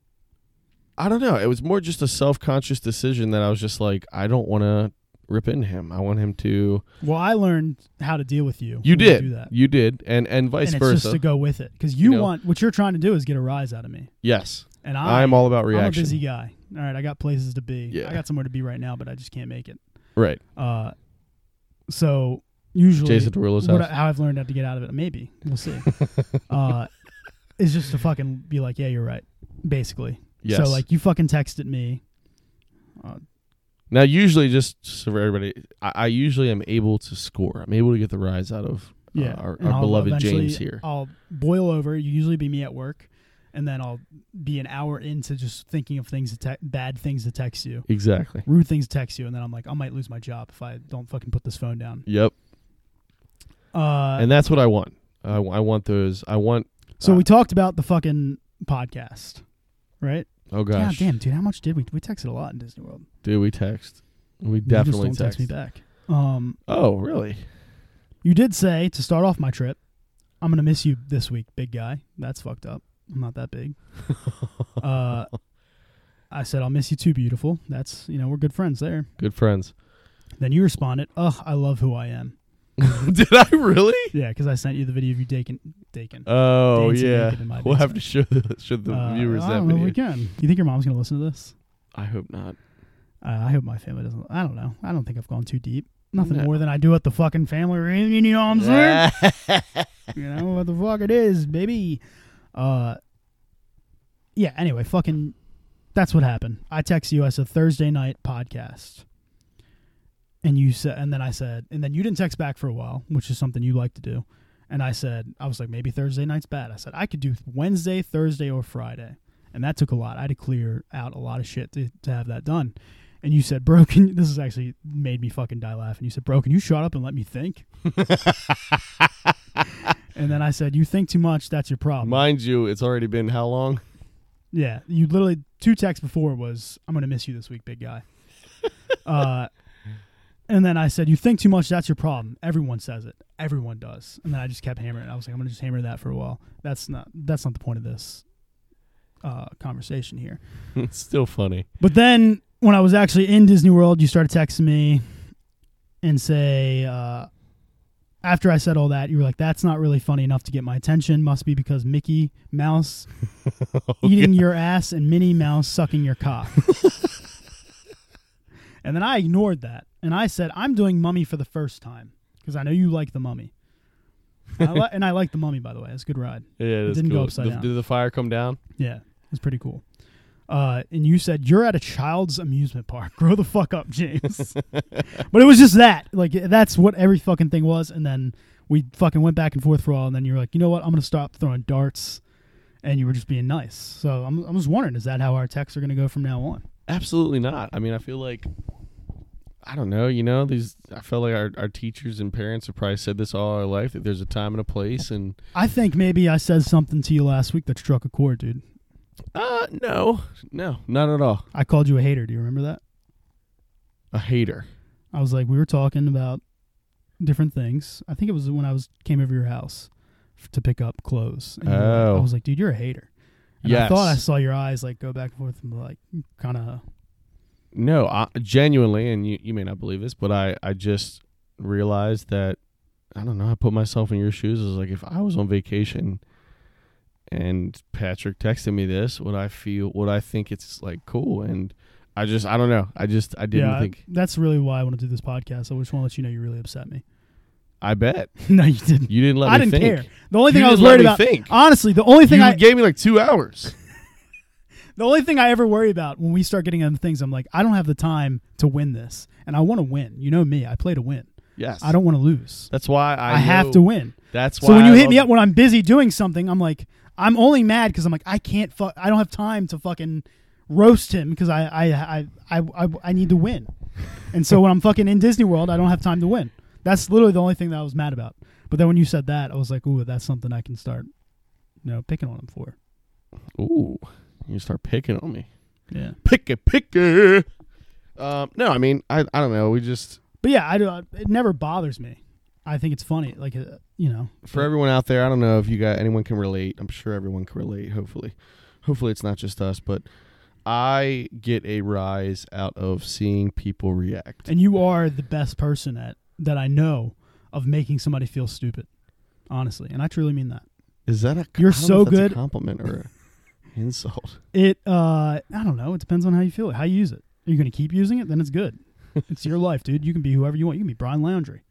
I don't know. It was more just a self conscious decision that I was just like, I don't want to rip in him. I want him to.
Well, I learned how to deal with you.
You
when
did.
do that.
You did. And, and vice
and it's
versa.
just to go with it because you,
You know?
want what you're trying to do is get a rise out of me.
Yes.
And I,
I'm all
I'm
about
a
reaction.
busy guy. All right, I got places to be.
Yeah.
I got somewhere to be right now, but I just can't make it.
Right.
Uh, so usually
Jason Derulo's
what
house.
I- how I've learned how to get out of it. Maybe we'll see. uh, is just to fucking be like, yeah, you're right, basically.
yes.
So like, you fucking texted me. Uh,
now, usually, just so for everybody, I, I usually am able to score. I'm able to get the rise out of uh,
yeah,
our,
and
our
I'll
beloved
eventually-
James here.
I'll boil over. You usually be me at work, and then I'll be an hour into just thinking of things, to te- bad things to text you,
Exactly.
rude things to text you, and then I'm like, I might lose my job if I don't fucking put this phone down.
Yep.
Uh,
and that's what I want. I, I want those. I want.
so
uh,
we talked about the fucking podcast, right?
Oh
God
gosh,
damn, dude, how much did we? We texted a lot in Disney World.
dude, we text. We
You just
definitely
don't text.
text.
me back. Um,
Oh really?
you did say to start off my trip, I'm gonna miss you this week, big guy. That's fucked up. I'm not that big. Uh, I said I'll miss you too, beautiful. That's you know we're good friends there.
Good friends.
Then you responded, "Ugh, I love who I am."
Did I really?
Yeah, because I sent you the video of you daking, daking.
Oh
Dancing
yeah.
naked in my
We'll have to
basement.
show the show the
Uh,
viewers
I
that
don't know if
video.
we can. You think your mom's gonna listen to this?
I hope not.
Uh, I hope my family doesn't. I don't know. I don't think I've gone too deep. Nothing
No.
more than I do at the fucking family reunion. You know what I'm saying? you know what the fuck it is, baby. Uh, yeah. Anyway, fucking. That's what happened. I text you. I said Thursday night podcast. And you said, and then I said, and then you didn't text back for a while, which is something you like to do. And I said, I was like, maybe Thursday night's bad. I said I could do Wednesday, Thursday, or Friday, and that took a lot. I had to clear out a lot of shit to, to have that done. And you said, bro, can this is actually made me fucking die laughing. You said, bro, can you shut up and let me think? And then I said, "You think too much. That's your problem."
Mind you, it's already been how long?
yeah, you literally two texts before was, "I'm gonna miss you this week, big guy." uh, and then I said, "You think too much. That's your problem. Everyone says it. Everyone does." And then I just kept hammering. it. I was like, "I'm gonna just hammer that for a while. That's not. That's not the point of this uh, conversation here."
it's still funny.
But then when I was actually in Disney World, you started texting me and say, uh, after I said all that, you were like, that's not really funny enough to get my attention. Must be because Mickey Mouse eating your ass and Minnie Mouse sucking your cock. and then I ignored that. And I said, I'm doing Mummy for the first time because I know you like the Mummy. I li- and I like the Mummy, by the way. It's a good ride.
Yeah, that's
didn't go
cool.
upside
The-
down.
Did the fire come down?
Yeah, it's pretty cool. Uh, and you said you're at a child's amusement park. Grow the fuck up, James. but it was just that. Like that's what every fucking thing was. And then we fucking went back and forth for a while. And then you were like, you know what? I'm gonna stop throwing darts. And you were just being nice. So I'm, I'm just wondering, is that how our texts are gonna go from now on?
Absolutely not. I mean, I feel like I don't know. You know, these. I feel like our, our teachers and parents have probably said this all our life that there's a time and a place, and
I think maybe I said something to you last week that struck a chord, dude.
uh, no, no, not at all.
I called you a hater. Do you remember that?
A hater.
I was like, we were talking about different things. I think it was when I was came over your house f- to pick up clothes. And you were like-
Oh.
I was like, dude, you're a hater. And I
Yes.
thought I saw your eyes like go back and forth and like kind of
No, I, genuinely, and you, you may not believe this, but I, I just realized that I don't know. I put myself in your shoes. I was like, if I was on vacation and Patrick texted me this, would I feel? Would I think it's like cool? And I just, I don't know. I just, I didn't
yeah. I-
think.
that's really why I want to do this podcast. I just want to let you know you really upset me.
I bet
no, you didn't.
you didn't let
I
me
didn't
think.
care. The only thing
You
I was
didn't let
worried
me
about.
Think.
Honestly, the only thing
you
I
gave me like two hours.
the only thing I ever worry about when we start getting into things, I'm like, I don't have the time to win this, and I want to win. You know me, I play to win.
Yes,
I don't want to lose.
That's why I.
I have
know-
to win.
That's why.
So when you
I
hit me
love-
up when I'm busy doing something, I'm like, I'm only mad because I'm like, I can't fuck, I don't have time to fucking roast him because I, I, I, I, I, I need to win. And so when I'm fucking in Disney World, I don't have time to win. That's literally the only thing that I was mad about. But then when you said that, I was like, ooh, that's something I can start, you know, picking on him for.
ooh, you start picking on me.
Yeah.
Picky, picky. Um, no, I mean, I, I don't know. We just
But yeah, I do. uh, It never bothers me. I think it's funny. Like, uh, you know,
for everyone out there, I don't know if you got anyone can relate. I'm sure everyone can relate. Hopefully, hopefully it's not just us, but I get a rise out of seeing people react.
and you are the best person at that I know of making somebody feel stupid, honestly. And I truly mean that.
Is that a
You're
I don't know
so
if that's
good.
a compliment or a insult?
It uh I don't know, it depends on how you feel it, how you use it. You're gonna keep using it, then it's good. It's your life, dude. You can be whoever you want. You can be Brian Laundry.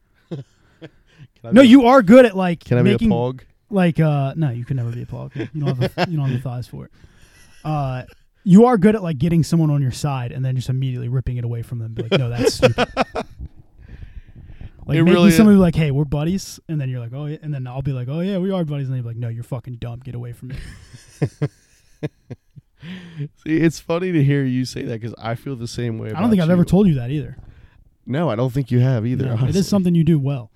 Can I
No,
be a-
you are good at like
Can I
making
be a pog?
like uh no, you can never be a pog. You don't have the, you don't have the thighs for it. Uh, you are good at like getting someone on your side and then just immediately ripping it away from them. Be like, no, that's stupid. Like
It
making
really is.
somebody be like, hey, we're buddies, and then you're like, oh, yeah. and then I'll be like, oh yeah, we are buddies, and they're like, no, you're fucking dumb. Get away from me.
See, it's funny to hear you say that because I feel the same way.
I don't think I've ever
told.
told you that either.
No, I don't think you have either.
No, it
honestly.
is something you do well.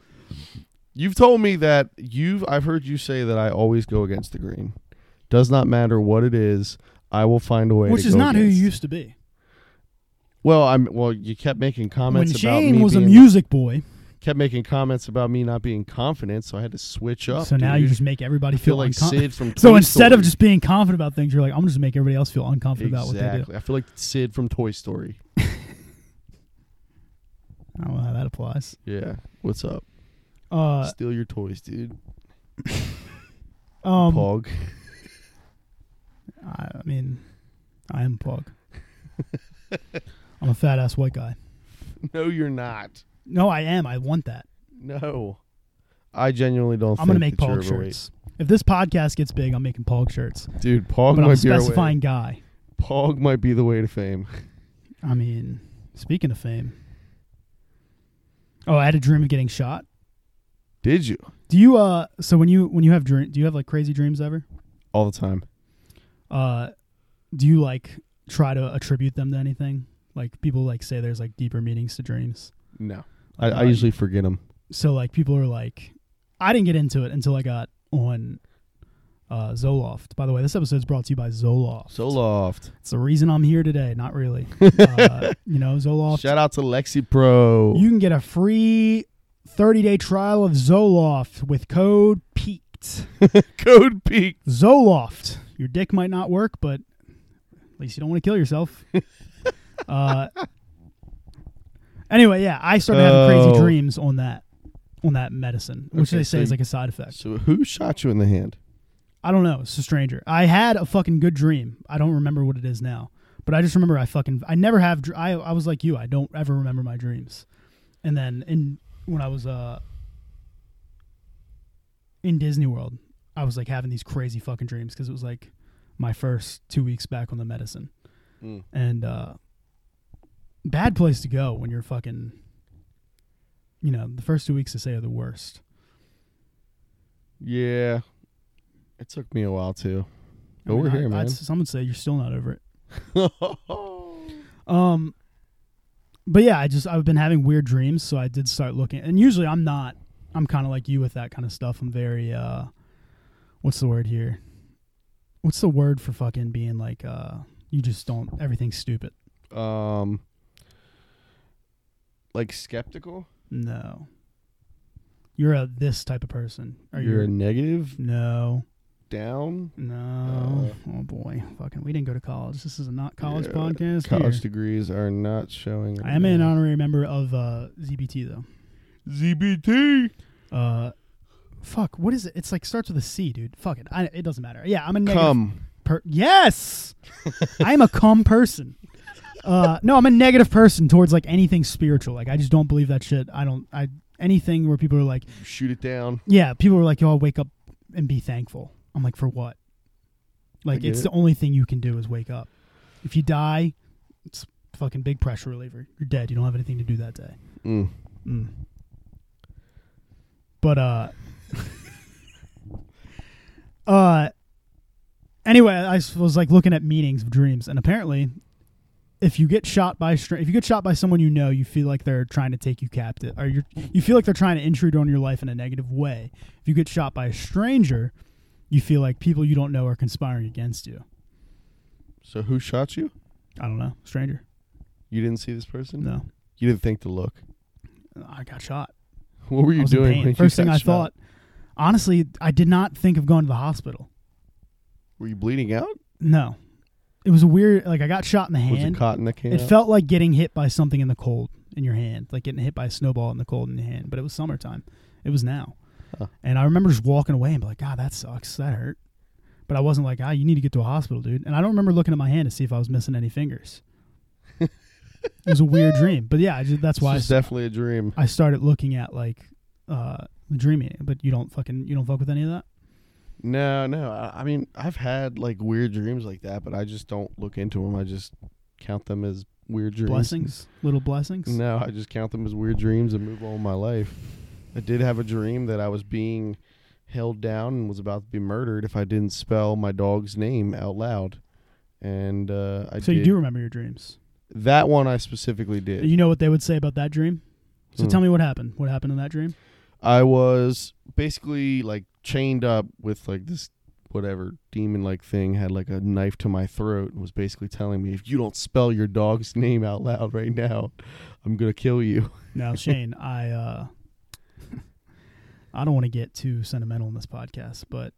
You've told me that you've I've heard you say that I always go against the grain. Does not matter what it is, I will find a way.
Which
to
is
go
not who
against.
you used to be.
Well, I'm. Well, you kept making comments
When
about
Shane
me
was a
being,
music boy,
kept making comments about me not being confident, so I had to switch up.
so now you
dude.
just make everybody
I feel like
uncom-
Sid from.
So
Toy
instead of
Story.
just being confident about things, you're like, I'm just gonna make everybody else feel unconfident about what they do.
exactly, I feel like Sid from Toy Story.
I don't know how that applies.
Yeah, what's up?
Uh,
Steal your toys, dude.
um,
Pog.
I, I mean, I am pog. I'm a fat ass white guy.
No, you're not.
No, I am. I want that.
No, I genuinely don't.
I'm gonna
think
make
that you're
pog
overweight.
shirts. If this podcast gets big, I'm making pog shirts.
dude. Pog
but I'm
might
a
be our way.
specifying guy.
Pog might be the way to fame.
I mean, speaking of fame. Oh, I had a dream of getting shot.
Did you?
Do you uh? So when you when you have dream, do you have like crazy dreams ever?
All the time.
Uh, do you like try to attribute them to anything? Like people like say there's like deeper meanings to dreams.
No. I,
Like,
I
uh,
usually forget them.
so like people are like, I didn't get into it until I got on uh Zoloft. By the way, this episode's brought to you by Zoloft.
Zoloft.
It's the reason I'm here today. Not really. uh, you know, Zoloft.
Shout out to Lexi Pro.
You can get a free 30 day trial of Zoloft with code PEAKED.
Code Peak.
Zoloft. Your dick might not work, but at least you don't want to kill yourself. uh, anyway, yeah, I started having
Oh.
crazy dreams on that on that medicine, which
Okay,
they say
so
is
you-
like a side effect.
So who shot you in the hand?
I don't know. It's a stranger. I had a fucking good dream. I don't remember what it is now, but I just remember I fucking I never have. dr- I I was like you. I don't ever remember my dreams. And then in when I was uh in Disney World, I was like having these crazy fucking dreams because it was like my first two weeks back on the medicine
Mm.
and uh bad place to go when you're fucking. You know, the first two weeks to say are the worst.
Yeah. It took me a while too.
I
But we're
mean, I-
here,
I'd-
man.
Some would say you're still not over it. Um, but yeah, I just I've been having weird dreams, so I did start looking. And usually I'm not. I'm kind of like you with that kind of stuff. I'm very uh, what's the word here? What's the word for fucking being like uh, you just don't everything's stupid.
um like skeptical?
No, you're a this type of person. Or
You're
you're,
a negative
no,
down
no. oh boy, fucking, we didn't go to college. This is a not college
Yeah,
podcast.
college
here.
degrees are not showing.
I am an honorary member of uh, ZBT though.
ZBT.
Uh, fuck. What is it? It's like starts with a C, dude. Fuck it. I, it doesn't matter. Yeah, I'm a negative.
Come.
Per- yes, I am a cum person. Uh, no, I'm a negative person towards like anything spiritual. Like I just don't believe that shit. I don't. I anything where people are like,
Shoot it down.
yeah, people are like, yo, wake up and be thankful. I'm like, for what? Like
get
it's
it.
the only thing you can do is wake up. If you die, it's fucking big pressure reliever. You're dead. You don't have anything to do that day.
Mm.
Mm. But uh uh anyway, I s- was like looking at meanings of dreams and apparently if you get shot by a str- if you get shot by someone you know, you feel like they're trying to take you captive or you you feel like they're trying to intrude on your life in a negative way. If you get shot by a stranger, you feel like people you don't know are conspiring against you.
So who shot you?
I don't know, stranger.
You didn't see this person?
No.
You didn't think to look.
I got shot.
What were you
I was in
doing?
pain.
when you
First thing
got
I
shot?
thought, honestly, I did not think of going to the hospital.
Were you bleeding out?
No, it was a weird. Like I got shot in the
Was it
hand.
cotton that came
It
out?
felt like getting hit by something in the cold in your hand, like getting hit by a snowball in the cold in the hand. But it was summertime. It was now,
Huh.
and I remember just walking away and be like, "God, that sucks. That hurt." But I wasn't like, "Ah, you need to get to a hospital, dude." And I don't remember looking at my hand to see if I was missing any fingers. it was a weird dream, but yeah, I just, that's
This
why I
was definitely a dream.
I started looking at like uh the dreamy, but you don't fucking you don't fuck with any of that.
No, no. I, I mean, I've had like weird dreams like that, but I just don't look into them. I just count them as weird dreams.
Blessings, little blessings.
No, I just count them as weird dreams and move on with my life. I did have a dream that I was being held down and was about to be murdered if I didn't spell my dog's name out loud. And uh, I
so
did.
you do remember your dreams.
that one I specifically did.
You know what they would say about that dream. So
Hmm.
tell me what happened. What happened in that dream?
I was basically like chained up with like this whatever demon like thing had like a knife to my throat and was basically telling me if you don't spell your dog's name out loud right now, I'm gonna kill you.
Now, Shane, I uh, I don't want to get too sentimental in this podcast, but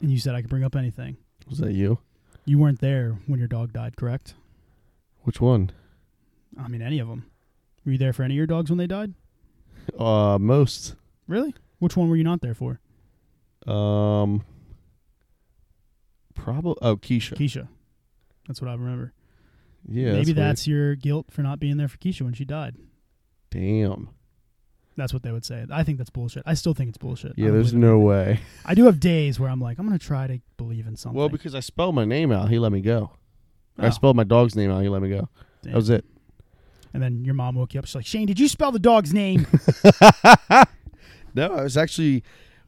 and you said I could bring up anything.
Was that you?
You weren't there when your dog died, correct?
Which one?
I mean, any of them. Were you there for any of your dogs when they died?
Uh most.
Really? Which one were you not there for?
Um probably oh Keisha.
Keisha. That's what I remember.
yeah.
Maybe
weird.
that's your guilt for not being there for Keisha when she died.
damn.
That's what they would say. I think that's bullshit. I still think it's bullshit. I
Yeah,
don't
there's
believe it.
no way.
I do have days where I'm like, I'm gonna try to believe in something.
Well, because I spelled my name out, he let me go.
Oh,
I spelled my dog's name out, he let me go.
damn.
That was it.
And then your mom woke you up. She's like, Shane, did you spell the dog's name?
no, I was actually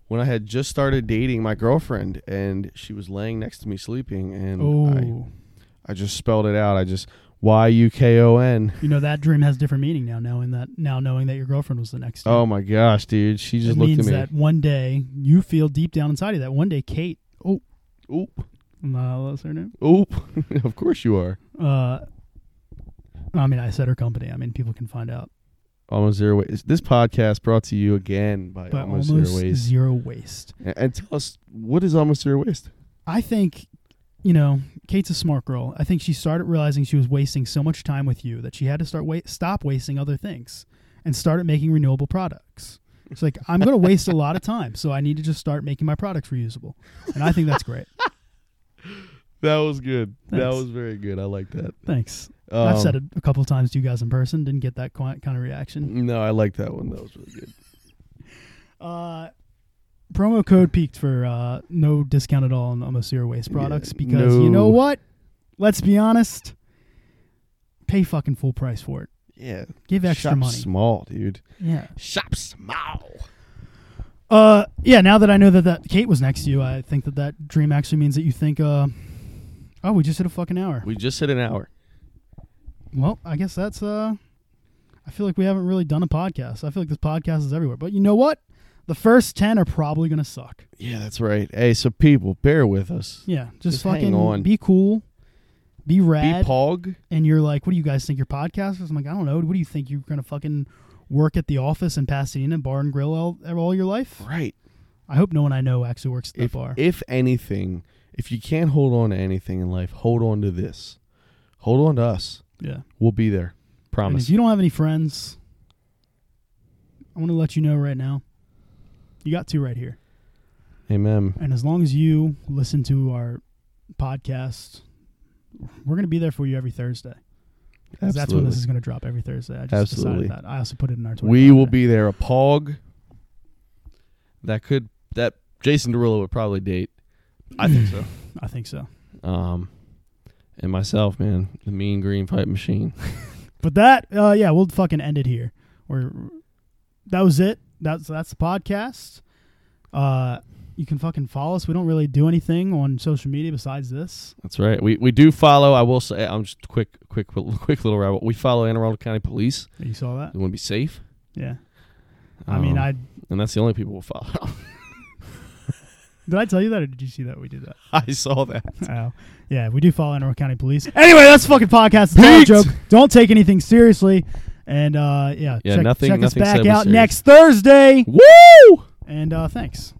when I had just started dating my girlfriend, and she was laying next to me sleeping, and
oh,
I, I just spelled it out. I just Y U K O N.
you know that dream has different meaning now. Knowing that now, knowing that your girlfriend was the next.
Oh my gosh, dude! She just
it
looked at
means
me.
that one day you feel deep down inside of you that one day Kate. Oh,
oop,
no, what's her name?
oop. of course you are.
Uh, I mean, I said her company. I mean, people can find out.
Almost zero waste. This podcast brought to you again by
But
almost,
almost,
zero waste.
zero waste.
And, and tell us what is almost zero waste.
I think, you know, Kate's a smart girl. I think she started realizing she was wasting so much time with you that she had to start wa- stop wasting other things and started making renewable products. It's like I'm going to waste a lot of time, so I need to just start making my products reusable, and I think that's great.
That was good. That
Thanks.
was very good. I like that.
Thanks.
Um,
I've said it a couple of times to you guys in person. Didn't get that qui- kind of reaction.
No, I like that one. That was really good.
Uh, promo code peaked for uh, no discount at all on almost zero waste
Yeah,
products because you know
no.
what? Let's be honest. Pay fucking full price for it.
Yeah,
Give extra
Shop
money.
Small, dude.
Yeah.
Shop small.
Uh, yeah. Now that I know that that Kate was next to you, I think that that dream actually means that you think, uh, oh, we just hit a fucking hour.
We just hit an hour.
Well, I guess that's uh, I feel like we haven't really done a podcast. I feel like this podcast is everywhere. But you know what? The first ten are probably gonna suck.
Yeah, that's right. Hey, so people, bear with us.
Yeah. Just,
Just hang
fucking
on.
be cool, be rad,
Be pog.
and you're like, what do you guys think your podcast is? I'm like, I don't know. What do you think you're gonna fucking work at the office in Pasadena bar and grill all, all your life?
Right.
I hope no one I know actually works at the
If
bar.
if anything, if you can't hold on to anything in life, hold on to this. Hold on to us.
yeah.
We'll be there.
And
Promise.
if you don't have any friends, I want to let you know right now. You got two right here.
Amen.
And as long as you listen to our podcast, we're going to be there for you every Thursday. 'Cause
Absolutely.
That's when this is going to drop every Thursday. I just
Absolutely.
decided that. I also put it in our Twitter.
we will
bio.
be there. A pog. That could that Jason Derulo would probably date. I think so.
I think so.
Um, and myself, man, the mean green fight machine.
But that, uh, yeah, we'll fucking end it here. We're, that was it. That's that's the podcast. Uh, you can fucking follow us. We don't really do anything on social media besides this.
That's right. We we do follow. I will say, I'm just quick, quick, quick little rabbit. We follow Anne Arundel County Police.
You saw that?
We want to be safe.
Yeah. I mean,
Um,
I
and that's the only people we'll follow.
Did I tell you that, or did you see that we did that?
I saw that.
Oh, yeah, we do follow Anne Arundel County Police. Anyway, that's a fucking podcast. It's not a
Pete!
joke. Don't take anything seriously. And uh, yeah,
Yeah,
check,
nothing-
check us
nothing said
back
was
out
serious.
next Thursday.
Woo!
And uh, thanks.